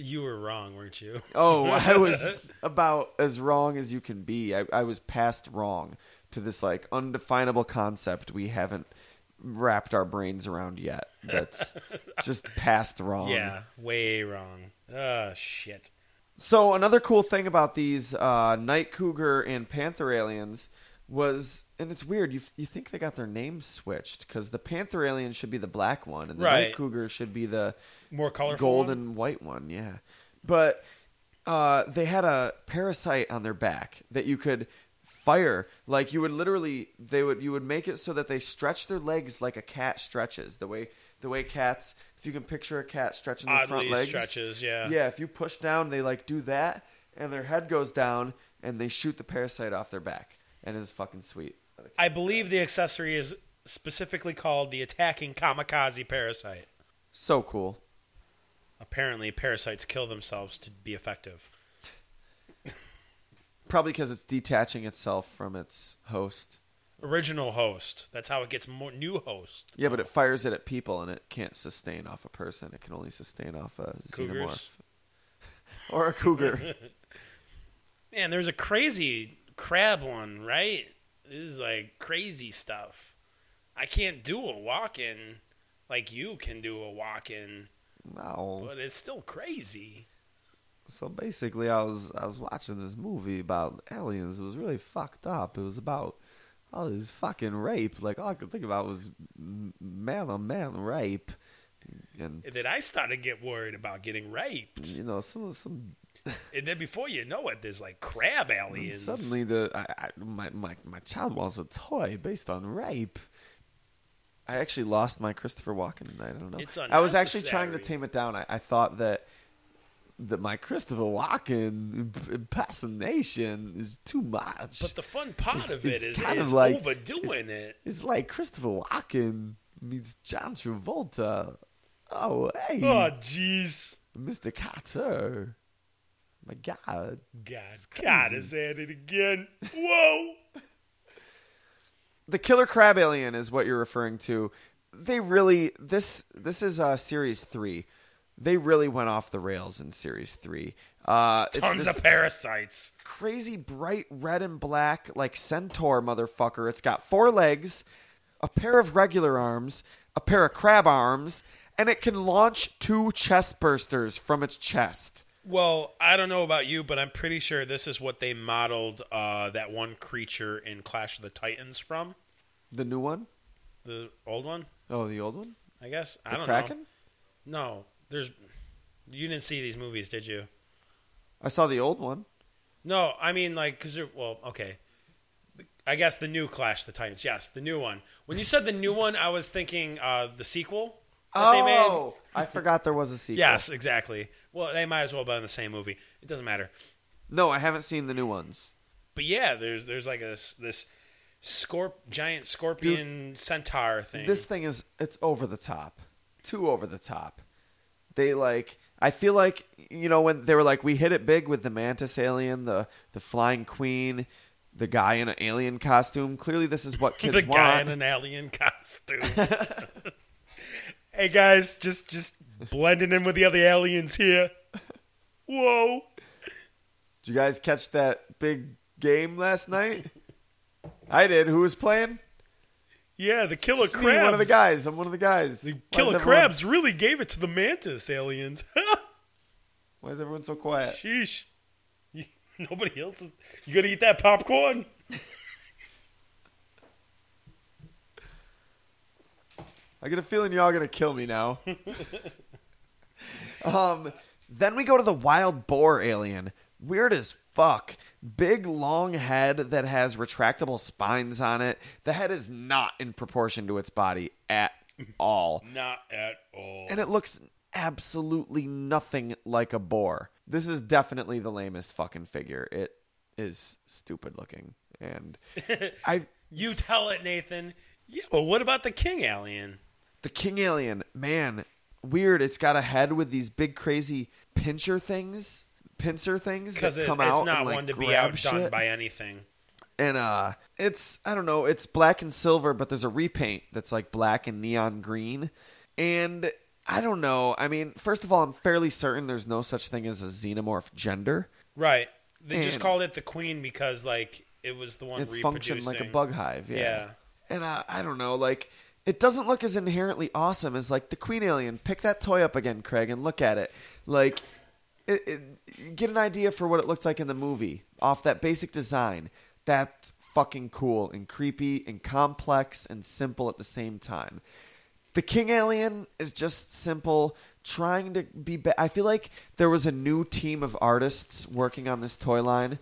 [SPEAKER 2] You were wrong, weren't you?
[SPEAKER 1] Oh, [laughs] I
[SPEAKER 2] [laughs]
[SPEAKER 1] was about as wrong as you can be. I, I was past wrong to this like undefinable concept we haven't wrapped our brains around yet.
[SPEAKER 2] [laughs]
[SPEAKER 1] That's just past wrong.
[SPEAKER 2] Yeah, way wrong. Ah, shit.
[SPEAKER 1] So another cool thing about these uh, night cougar and panther aliens was, and it's weird. You you think they got their names switched because the panther alien should be the black one, and the
[SPEAKER 2] Right.
[SPEAKER 1] night cougar should be the
[SPEAKER 2] More colorful.
[SPEAKER 1] gold
[SPEAKER 2] one?
[SPEAKER 1] and white one, yeah. But uh, they had a parasite on their back that you could fire. Like you would literally, they would you would make it so that they stretch their legs like a cat stretches. The way the way cats, if you can picture a cat stretching their front
[SPEAKER 2] Oddly
[SPEAKER 1] legs,
[SPEAKER 2] stretches, yeah.
[SPEAKER 1] yeah. If you push down, they like do that, and their head goes down, and they shoot the parasite off their back, and it's fucking sweet.
[SPEAKER 2] I believe the accessory is specifically called the attacking kamikaze parasite.
[SPEAKER 1] So cool.
[SPEAKER 2] Apparently, parasites kill themselves to be effective.
[SPEAKER 1] Probably because it's detaching itself from its host.
[SPEAKER 2] Original host. That's how it gets more new host.
[SPEAKER 1] Yeah, but it fires it at people, and it can't sustain off a person. It can only sustain off a xenomorph [laughs]
[SPEAKER 2] Cougars.
[SPEAKER 1] or a cougar.
[SPEAKER 2] Man, there's a crazy crab one, right? This is like crazy stuff. I can't do a walk in like you can do a walk in,
[SPEAKER 1] no.
[SPEAKER 2] but it's still crazy.
[SPEAKER 1] So basically, I was I was watching this movie about aliens. It was really fucked up. It was about all this fucking rape. Like all I could think about was m- man on man rape, and
[SPEAKER 2] And then I started to get worried about getting raped.
[SPEAKER 1] you know some some.
[SPEAKER 2] And then before you know it, there's like crab
[SPEAKER 1] and
[SPEAKER 2] aliens.
[SPEAKER 1] suddenly, the I, I, my my my child wants a toy based on rape. I actually lost my Christopher Walken tonight. I don't know.
[SPEAKER 2] It's
[SPEAKER 1] I was actually trying to
[SPEAKER 2] unnecessary.
[SPEAKER 1] tame it down. I, I thought that that my Christopher Walken imp- impersonation is too much.
[SPEAKER 2] But the fun part
[SPEAKER 1] It's-
[SPEAKER 2] of it
[SPEAKER 1] it's
[SPEAKER 2] is,
[SPEAKER 1] kind of
[SPEAKER 2] is
[SPEAKER 1] like-
[SPEAKER 2] overdoing it.
[SPEAKER 1] it's like Christopher Walken meets John Travolta. Oh hey,
[SPEAKER 2] Oh, jeez.
[SPEAKER 1] Mr. Carter. My God.
[SPEAKER 2] God,
[SPEAKER 1] crazy.
[SPEAKER 2] God is at it again. Whoa.
[SPEAKER 1] the killer crab alien is what you're referring to they really this this is uh series three they really went off the rails in series three uh it's
[SPEAKER 2] Tons
[SPEAKER 1] this
[SPEAKER 2] of parasites.
[SPEAKER 1] crazy bright red and black like centaur motherfucker it's got four legs a pair of regular arms a pair of crab arms and it can launch two chest bursters from its chest
[SPEAKER 2] Well, I don't know about you, but I'm pretty sure this is what they modeled uh, that one creature in Clash of the Titans from.
[SPEAKER 1] the new one
[SPEAKER 2] The old one,
[SPEAKER 1] Oh, the old one?
[SPEAKER 2] I guess.
[SPEAKER 1] The
[SPEAKER 2] I don't
[SPEAKER 1] Kraken?
[SPEAKER 2] know. No, there's. You didn't see these movies, did you?
[SPEAKER 1] I saw the old one.
[SPEAKER 2] No, I mean like because well, okay. I guess the new Clash of the Titans. Yes, the new one. When you said the new one, I was thinking uh, the sequel that they made.
[SPEAKER 1] oh, I forgot there was a sequel.
[SPEAKER 2] Yes, exactly. Well, they might as well be in the same movie. It doesn't matter.
[SPEAKER 1] No, I haven't seen the new ones.
[SPEAKER 2] But yeah, there's there's like a s- this scorp giant scorpion centaur thing.
[SPEAKER 1] This thing is it's over the top. Too over the top. They like I feel like you know when they were like we hit it big with the mantis alien, the the flying queen, the guy in an alien costume. Clearly this is
[SPEAKER 2] [laughs]
[SPEAKER 1] what kids
[SPEAKER 2] [laughs] the
[SPEAKER 1] want.
[SPEAKER 2] guy in an
[SPEAKER 1] [laughs]
[SPEAKER 2] alien [laughs] costume. hey guys, just just blending in with the other aliens here. Whoa.
[SPEAKER 1] Did you guys catch that big game last night? I did. Who was playing?
[SPEAKER 2] Yeah, the killer
[SPEAKER 1] It's me, one of the guys. I'm one of the guys. Why
[SPEAKER 2] The
[SPEAKER 1] is
[SPEAKER 2] killer
[SPEAKER 1] everyone-
[SPEAKER 2] crabs really gave it to the mantis aliens. [laughs]
[SPEAKER 1] Why is everyone so quiet?
[SPEAKER 2] Sheesh. You- nobody else is. You gonna eat that popcorn?
[SPEAKER 1] I get a feeling y'all gonna kill me now. um, then we go to the wild boar alien. Weird as fuck. Big long head that has retractable spines on it. The head is not in proportion to its body at all.
[SPEAKER 2] Not at all.
[SPEAKER 1] And it looks absolutely nothing like a boar. This is definitely the lamest fucking figure. It is stupid looking. And I
[SPEAKER 2] you tell it, Nathan. Yeah, but what about the king alien?
[SPEAKER 1] The king alien, man, weird. It's got a head with these big crazy pincher things, pincer things that
[SPEAKER 2] Because it,
[SPEAKER 1] come
[SPEAKER 2] it's
[SPEAKER 1] out
[SPEAKER 2] not
[SPEAKER 1] and, like,
[SPEAKER 2] one to be
[SPEAKER 1] grab
[SPEAKER 2] outdone
[SPEAKER 1] shit.
[SPEAKER 2] by anything.
[SPEAKER 1] and uh, it's I don't know, it's black and silver, but there's a repaint that's like black and neon green, and I don't know. I mean, first of all, I'm fairly certain there's no such thing as a xenomorph gender.
[SPEAKER 2] Right. They just
[SPEAKER 1] And-
[SPEAKER 2] called it the queen because like it was the one
[SPEAKER 1] It
[SPEAKER 2] reproducing.
[SPEAKER 1] functioned like a bug hive, yeah.
[SPEAKER 2] Yeah.
[SPEAKER 1] And uh, I don't know, like it doesn't look as inherently awesome as like the Queen Alien. Pick that toy up again, Craig, and look at it. Like, it, it, get an idea for what it looked like in the movie off that basic design. That's fucking cool and creepy and complex and simple at the same time. The King Alien is just simple, trying to be. Ba- I feel like there was a new team of artists working on this toy line.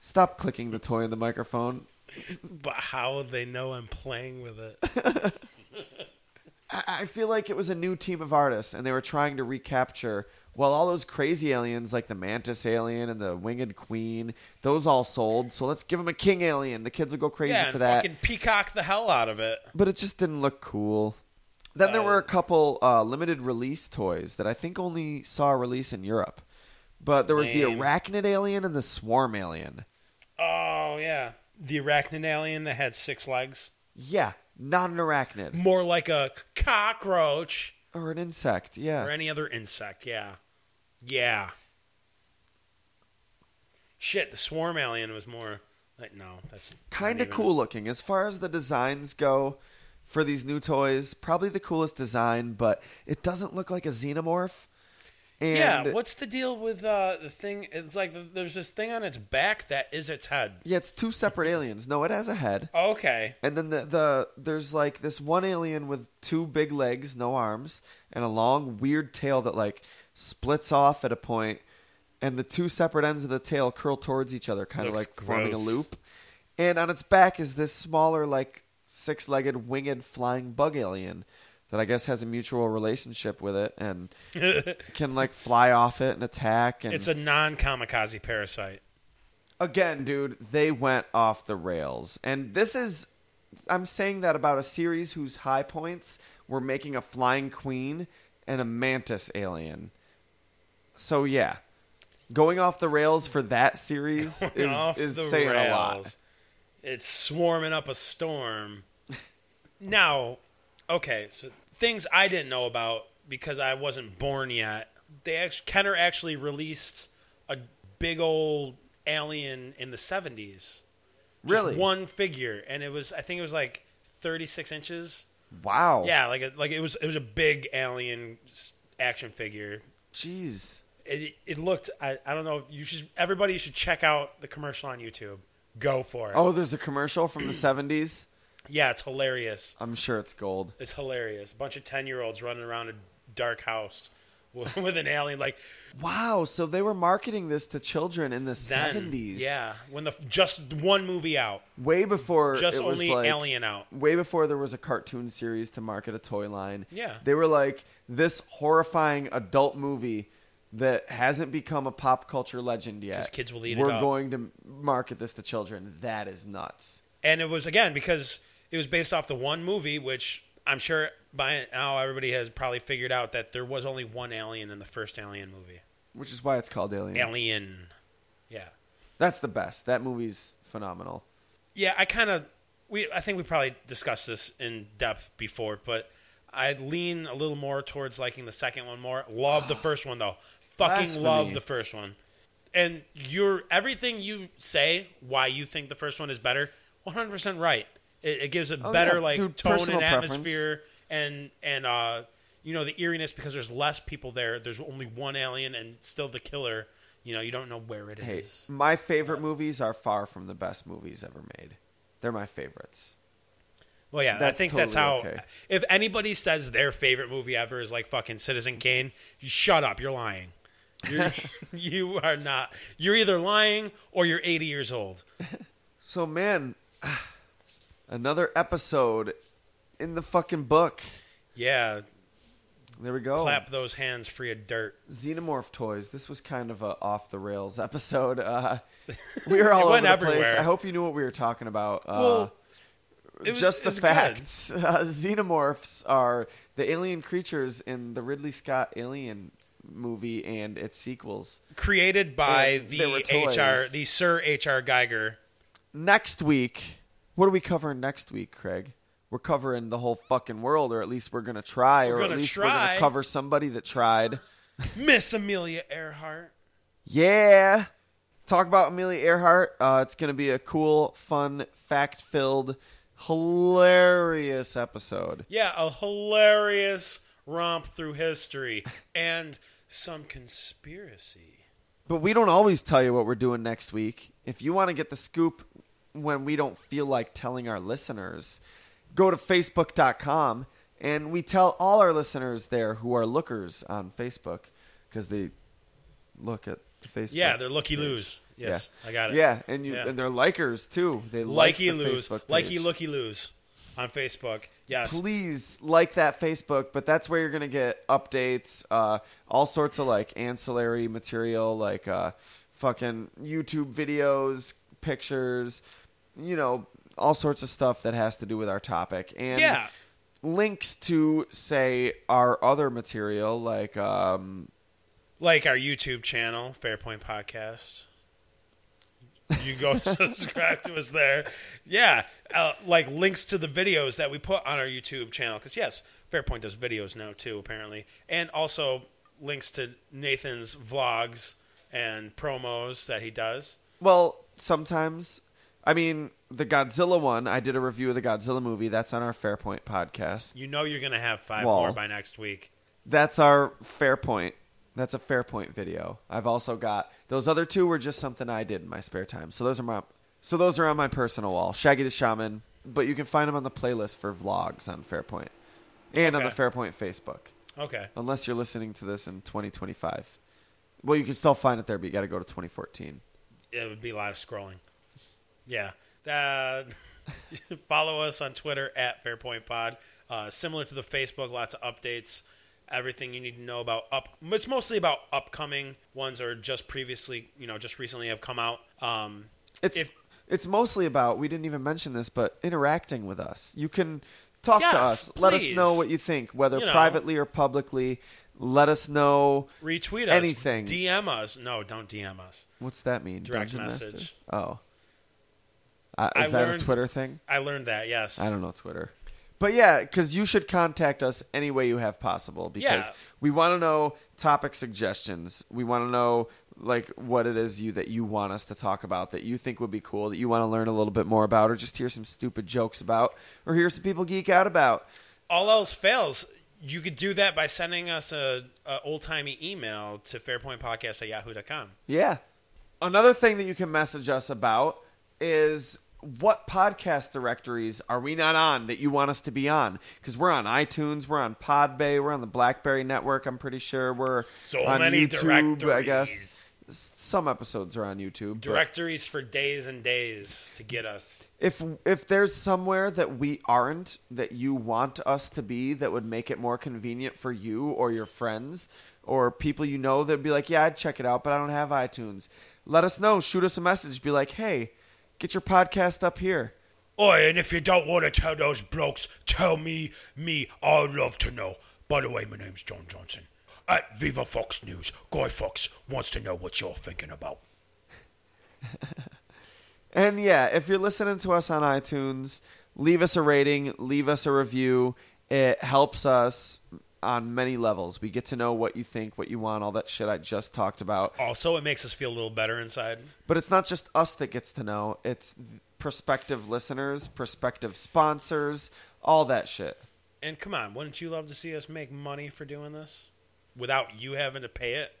[SPEAKER 1] Stop clicking the toy in the microphone.
[SPEAKER 2] But how would they know I'm playing with it?
[SPEAKER 1] I I feel like it was a new team of artists, and they were trying to recapture. Well, all those crazy aliens, like the mantis alien and the winged queen, those all sold. So let's give them a king alien. The kids will go crazy
[SPEAKER 2] yeah, and
[SPEAKER 1] for that.
[SPEAKER 2] fucking peacock the hell out of it.
[SPEAKER 1] But it just didn't look cool. Then there
[SPEAKER 2] Uh,
[SPEAKER 1] were a couple uh, limited release toys that I think only saw a release in Europe. But there was
[SPEAKER 2] Lame.
[SPEAKER 1] the arachnid alien and the swarm alien.
[SPEAKER 2] Oh yeah. The arachnid alien that had six legs.
[SPEAKER 1] Yeah, not an arachnid
[SPEAKER 2] More like a cockroach
[SPEAKER 1] or an insect. Yeah.
[SPEAKER 2] or any other insect, yeah. Yeah. Shit, the swarm alien was more like no, that's not
[SPEAKER 1] kind of
[SPEAKER 2] even-
[SPEAKER 1] cool looking as far as the designs go for these new toys probably the coolest design but it doesn't look like a xenomorph and
[SPEAKER 2] yeah, what's the deal with uh, the thing? It's like th- there's this thing on its back that is its head.
[SPEAKER 1] yeah it's two separate aliens no it has a head
[SPEAKER 2] Okay.
[SPEAKER 1] and then the, the there's like this one alien with two big legs no arms and a long weird tail that like splits off at a point and the two separate ends of the tail curl towards each other kind of
[SPEAKER 2] Looks
[SPEAKER 1] like forming a
[SPEAKER 2] gross.
[SPEAKER 1] loop and on its back is this smaller like six-legged winged flying bug alien that i guess has a mutual relationship with it
[SPEAKER 2] [laughs]
[SPEAKER 1] and can like fly off it and attack and
[SPEAKER 2] It's a non kamikaze parasite.
[SPEAKER 1] again, dude, they went off the rails. And this is I'm saying that about a series whose high points were making a flying queen and a mantis alien. So yeah. Going off the rails for that series is
[SPEAKER 2] [laughs] Off
[SPEAKER 1] is
[SPEAKER 2] the
[SPEAKER 1] saying a lot.
[SPEAKER 2] rails. It's swarming up a storm. now, okay, so things I didn't know about because I wasn't born yet. They actually, Kenner actually released a big old alien in the 70s. Just
[SPEAKER 1] Really?
[SPEAKER 2] one figure and it was I think it was like 36 inches.
[SPEAKER 1] Wow.
[SPEAKER 2] Yeah, like a, like it was it was a big alien s- action figure.
[SPEAKER 1] Jeez.
[SPEAKER 2] It, it looked I, I don't know if you should everybody should check out the commercial on YouTube. Go for it.
[SPEAKER 1] Oh, there's a commercial from the 70s.
[SPEAKER 2] Yeah, it's hilarious.
[SPEAKER 1] I'm sure it's gold.
[SPEAKER 2] It's hilarious. A bunch of 10-year-olds running around a dark house [laughs] with, with an alien like
[SPEAKER 1] Wow, so they were marketing this to children in the
[SPEAKER 2] then.
[SPEAKER 1] 70s.
[SPEAKER 2] Yeah, when the just one movie out,
[SPEAKER 1] Way before
[SPEAKER 2] just
[SPEAKER 1] it was
[SPEAKER 2] only
[SPEAKER 1] like,
[SPEAKER 2] Alien out.
[SPEAKER 1] way before there was a cartoon series to market a toy line.
[SPEAKER 2] Yeah.
[SPEAKER 1] They were like this horrifying adult movie that hasn't become a pop culture legend yet.
[SPEAKER 2] 'Cause kids will eat it
[SPEAKER 1] We're
[SPEAKER 2] up.
[SPEAKER 1] going to market this to children. That is nuts.
[SPEAKER 2] and it was again because it was based off the one movie which i'm sure by now everybody has probably figured out that there was only one alien in the first alien movie
[SPEAKER 1] Which is why it's called Alien.
[SPEAKER 2] alien yeah
[SPEAKER 1] That's the best. That movie's phenomenal.
[SPEAKER 2] yeah i kind of we i think we probably discussed this in depth before but i lean a little more towards liking the second one more love the first one though fucking
[SPEAKER 1] Ah, Blasphemy.
[SPEAKER 2] love the first one and your everything you say why you think the first one is better 100% right it, it gives a
[SPEAKER 1] Oh,
[SPEAKER 2] better
[SPEAKER 1] yeah.
[SPEAKER 2] like
[SPEAKER 1] Dude,
[SPEAKER 2] tone
[SPEAKER 1] personal
[SPEAKER 2] and
[SPEAKER 1] preference.
[SPEAKER 2] atmosphere and and uh you know the eeriness because there's less people there there's only one alien and still the killer you know you don't know where it is.
[SPEAKER 1] Hey, my favorite movies are far from the best movies ever made. They're my favorites.
[SPEAKER 2] Well, yeah, I
[SPEAKER 1] That's
[SPEAKER 2] think that's how.
[SPEAKER 1] totally okay.
[SPEAKER 2] If anybody says their favorite movie ever is like fucking Citizen Kane, you shut up. You're lying.
[SPEAKER 1] [laughs]
[SPEAKER 2] You're, you are not. You're either lying or you're 80 years old.
[SPEAKER 1] So man, [sighs] another episode in the fucking book.
[SPEAKER 2] Yeah,
[SPEAKER 1] There we go.
[SPEAKER 2] clap those hands free of dirt.
[SPEAKER 1] Xenomorph toys. This was kind of a off the rails episode. Uh, [laughs] we were all
[SPEAKER 2] It
[SPEAKER 1] over
[SPEAKER 2] went
[SPEAKER 1] the place.
[SPEAKER 2] everywhere.
[SPEAKER 1] I hope you knew what we were talking about. Uh,
[SPEAKER 2] Well, it was-
[SPEAKER 1] just
[SPEAKER 2] it
[SPEAKER 1] the
[SPEAKER 2] was good.
[SPEAKER 1] facts. [laughs] Uh, xenomorphs are the alien creatures in the Ridley Scott Alien movie and its sequels.
[SPEAKER 2] Created by
[SPEAKER 1] And they were
[SPEAKER 2] the
[SPEAKER 1] toys.
[SPEAKER 2] HR, the Sir HR Geiger,
[SPEAKER 1] next week, what are we covering next week, Craig? We're covering the whole fucking world, or at least we're gonna try, or
[SPEAKER 2] gonna
[SPEAKER 1] at least we're
[SPEAKER 2] try.
[SPEAKER 1] gonna cover somebody that tried.
[SPEAKER 2] Miss Amelia Earhart.
[SPEAKER 1] Yeah. Talk about Amelia Earhart. Uh, it's going to be a cool, fun, fact filled, hilarious episode.
[SPEAKER 2] Yeah, a hilarious romp through
[SPEAKER 1] [laughs]
[SPEAKER 2] history and some conspiracy.
[SPEAKER 1] But we don't always tell you what we're doing next week. If you want to get the scoop when we don't feel like telling our listeners, go to facebook.com and we tell all our listeners there who are lookers on Facebook because they look at Facebook.
[SPEAKER 2] Yeah, they're looky loos. Yes, I got it.
[SPEAKER 1] Yeah, and you
[SPEAKER 2] Yeah.
[SPEAKER 1] and they're likers too. They like the
[SPEAKER 2] likey loos,
[SPEAKER 1] Facebook page.
[SPEAKER 2] likey looky loos on Facebook. Yes,
[SPEAKER 1] please like that Facebook, but that's where you're gonna get updates, uh, all sorts of like ancillary material, like uh, fucking YouTube videos, pictures, you know, all sorts of stuff that has to do with our topic, and
[SPEAKER 2] Yeah.
[SPEAKER 1] links to say our other material, like um,
[SPEAKER 2] like our YouTube channel, Fairpoint Podcast. You go [laughs] subscribe to us there. Yeah, uh, like links to the videos that we put on our YouTube channel. Because yes, Fairpoint does videos now too, apparently, and also links to Nathan's vlogs and promos that he does.
[SPEAKER 1] Well, sometimes. I mean, the Godzilla one, I did a review of the Godzilla movie. That's on our Fairpoint podcast.
[SPEAKER 2] You know you're gonna have five
[SPEAKER 1] Well.
[SPEAKER 2] more by next week.
[SPEAKER 1] That's our Fairpoint. That's a Fairpoint video. I've also got those other two were just something I did in my spare time. So those are my so those are on my personal wall. Shaggy the Shaman, but you can find them on the playlist for vlogs on Fairpoint and on the
[SPEAKER 2] Okay.
[SPEAKER 1] Fairpoint Facebook.
[SPEAKER 2] Okay.
[SPEAKER 1] Unless you're listening to this in 2025. Well, you can still find it there, but you got to go to 2014.
[SPEAKER 2] it would be a lot of scrolling. Yeah. Uh, [laughs] follow us on Twitter at Fairpoint Pod. Uh, similar to the Facebook, lots of updates. Everything you need to know about up. It's mostly about upcoming ones or just previously, you know, just recently have come out. Um,
[SPEAKER 1] It's
[SPEAKER 2] If-
[SPEAKER 1] it's mostly about we didn't even mention this, but interacting with us. You can talk
[SPEAKER 2] Yes,
[SPEAKER 1] to us. Let us
[SPEAKER 2] please.
[SPEAKER 1] know what you think, whether
[SPEAKER 2] You know.
[SPEAKER 1] privately or publicly. Let us know
[SPEAKER 2] retweet us.
[SPEAKER 1] Anything.
[SPEAKER 2] DM us. No, don't DM us.
[SPEAKER 1] what's that mean?
[SPEAKER 2] Direct
[SPEAKER 1] Dungeon
[SPEAKER 2] message.
[SPEAKER 1] Master? Oh, uh,
[SPEAKER 2] I
[SPEAKER 1] is that
[SPEAKER 2] learned-
[SPEAKER 1] a Twitter thing?
[SPEAKER 2] I learned that, yes.
[SPEAKER 1] I don't know Twitter. But yeah, because you should contact us any way you have possible because
[SPEAKER 2] Yeah.
[SPEAKER 1] we want to know topic suggestions. We want to know like what it is you that you want us to talk about that you think would be cool that you want to learn a little bit more about or just hear some stupid jokes about or hear some people geek out about.
[SPEAKER 2] all else fails, you could do that by sending us a, a old timey email to fairpointpodcast at yahoo.com.
[SPEAKER 1] Yeah. Another thing that you can message us about is what podcast directories are we not on that you want us to be on? Because we're on iTunes, we're on Podbay, we're on the BlackBerry Network. I'm pretty sure we're
[SPEAKER 2] So
[SPEAKER 1] on
[SPEAKER 2] many
[SPEAKER 1] YouTube. I
[SPEAKER 2] directories.
[SPEAKER 1] guess S- some episodes are on YouTube. but
[SPEAKER 2] Directories for days and days to get us.
[SPEAKER 1] If if there's somewhere that we aren't that you want us to be that would make it more convenient for you or your friends or people you know that'd be like, yeah, I'd check it out, but I don't have iTunes. Let us know. Shoot us a message. Be like, hey, get your podcast up here.
[SPEAKER 3] Oi, and if you don't want to tell those blokes, tell me, me, I'd love to know. By the way, my name's John Johnson. At Viva Fox News, Guy Fox wants to know what you're thinking about.
[SPEAKER 1] And yeah, if you're listening to us on iTunes, leave us a rating, leave us a review. It helps us on many levels. We get to know what you think, what you want, all that shit I just talked about.
[SPEAKER 2] Also, it makes us feel a little better inside.
[SPEAKER 1] But it's not just us that gets to know, it's prospective listeners, prospective sponsors, all that shit.
[SPEAKER 2] And come on, wouldn't you love to see us make money for doing this without you having to pay it?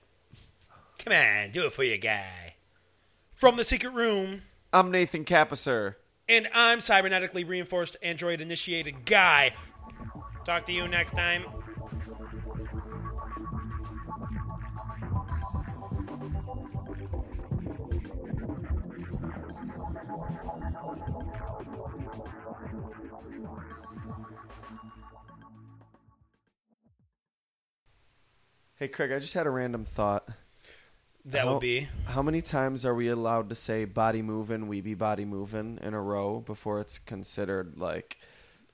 [SPEAKER 2] Come on, do it for your guy. From the secret room,
[SPEAKER 1] I'm Nathan Capisser.
[SPEAKER 2] and I'm cybernetically reinforced android initiated guy. Talk to you next time.
[SPEAKER 1] Hey, Craig, I just had a random thought.
[SPEAKER 2] That
[SPEAKER 1] How-
[SPEAKER 2] would be
[SPEAKER 1] How many times are we allowed to say body moving, we be body moving in a row before it's considered like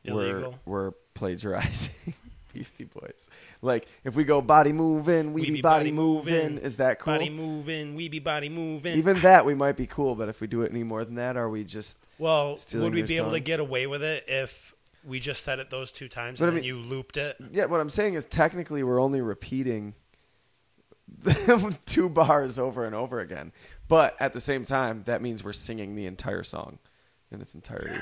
[SPEAKER 2] illegal.
[SPEAKER 1] we're we're plagiarizing? [laughs] Beastie Boys. Like if we go body moving, we,
[SPEAKER 2] We
[SPEAKER 1] be, body, moving. Is that cool?
[SPEAKER 2] Body moving, we be body moving.
[SPEAKER 1] Even that we might be cool, but if we do it any more than that, are we just?
[SPEAKER 2] well,
[SPEAKER 1] stealing
[SPEAKER 2] would we
[SPEAKER 1] your
[SPEAKER 2] be able to
[SPEAKER 1] song.
[SPEAKER 2] get away with it if we just said it those two times
[SPEAKER 1] But
[SPEAKER 2] and
[SPEAKER 1] I
[SPEAKER 2] then
[SPEAKER 1] mean-
[SPEAKER 2] you looped it?
[SPEAKER 1] Yeah, what I'm saying is technically we're only repeating [laughs] two bars over and over again, but at the same time that means we're singing the entire song in its entirety.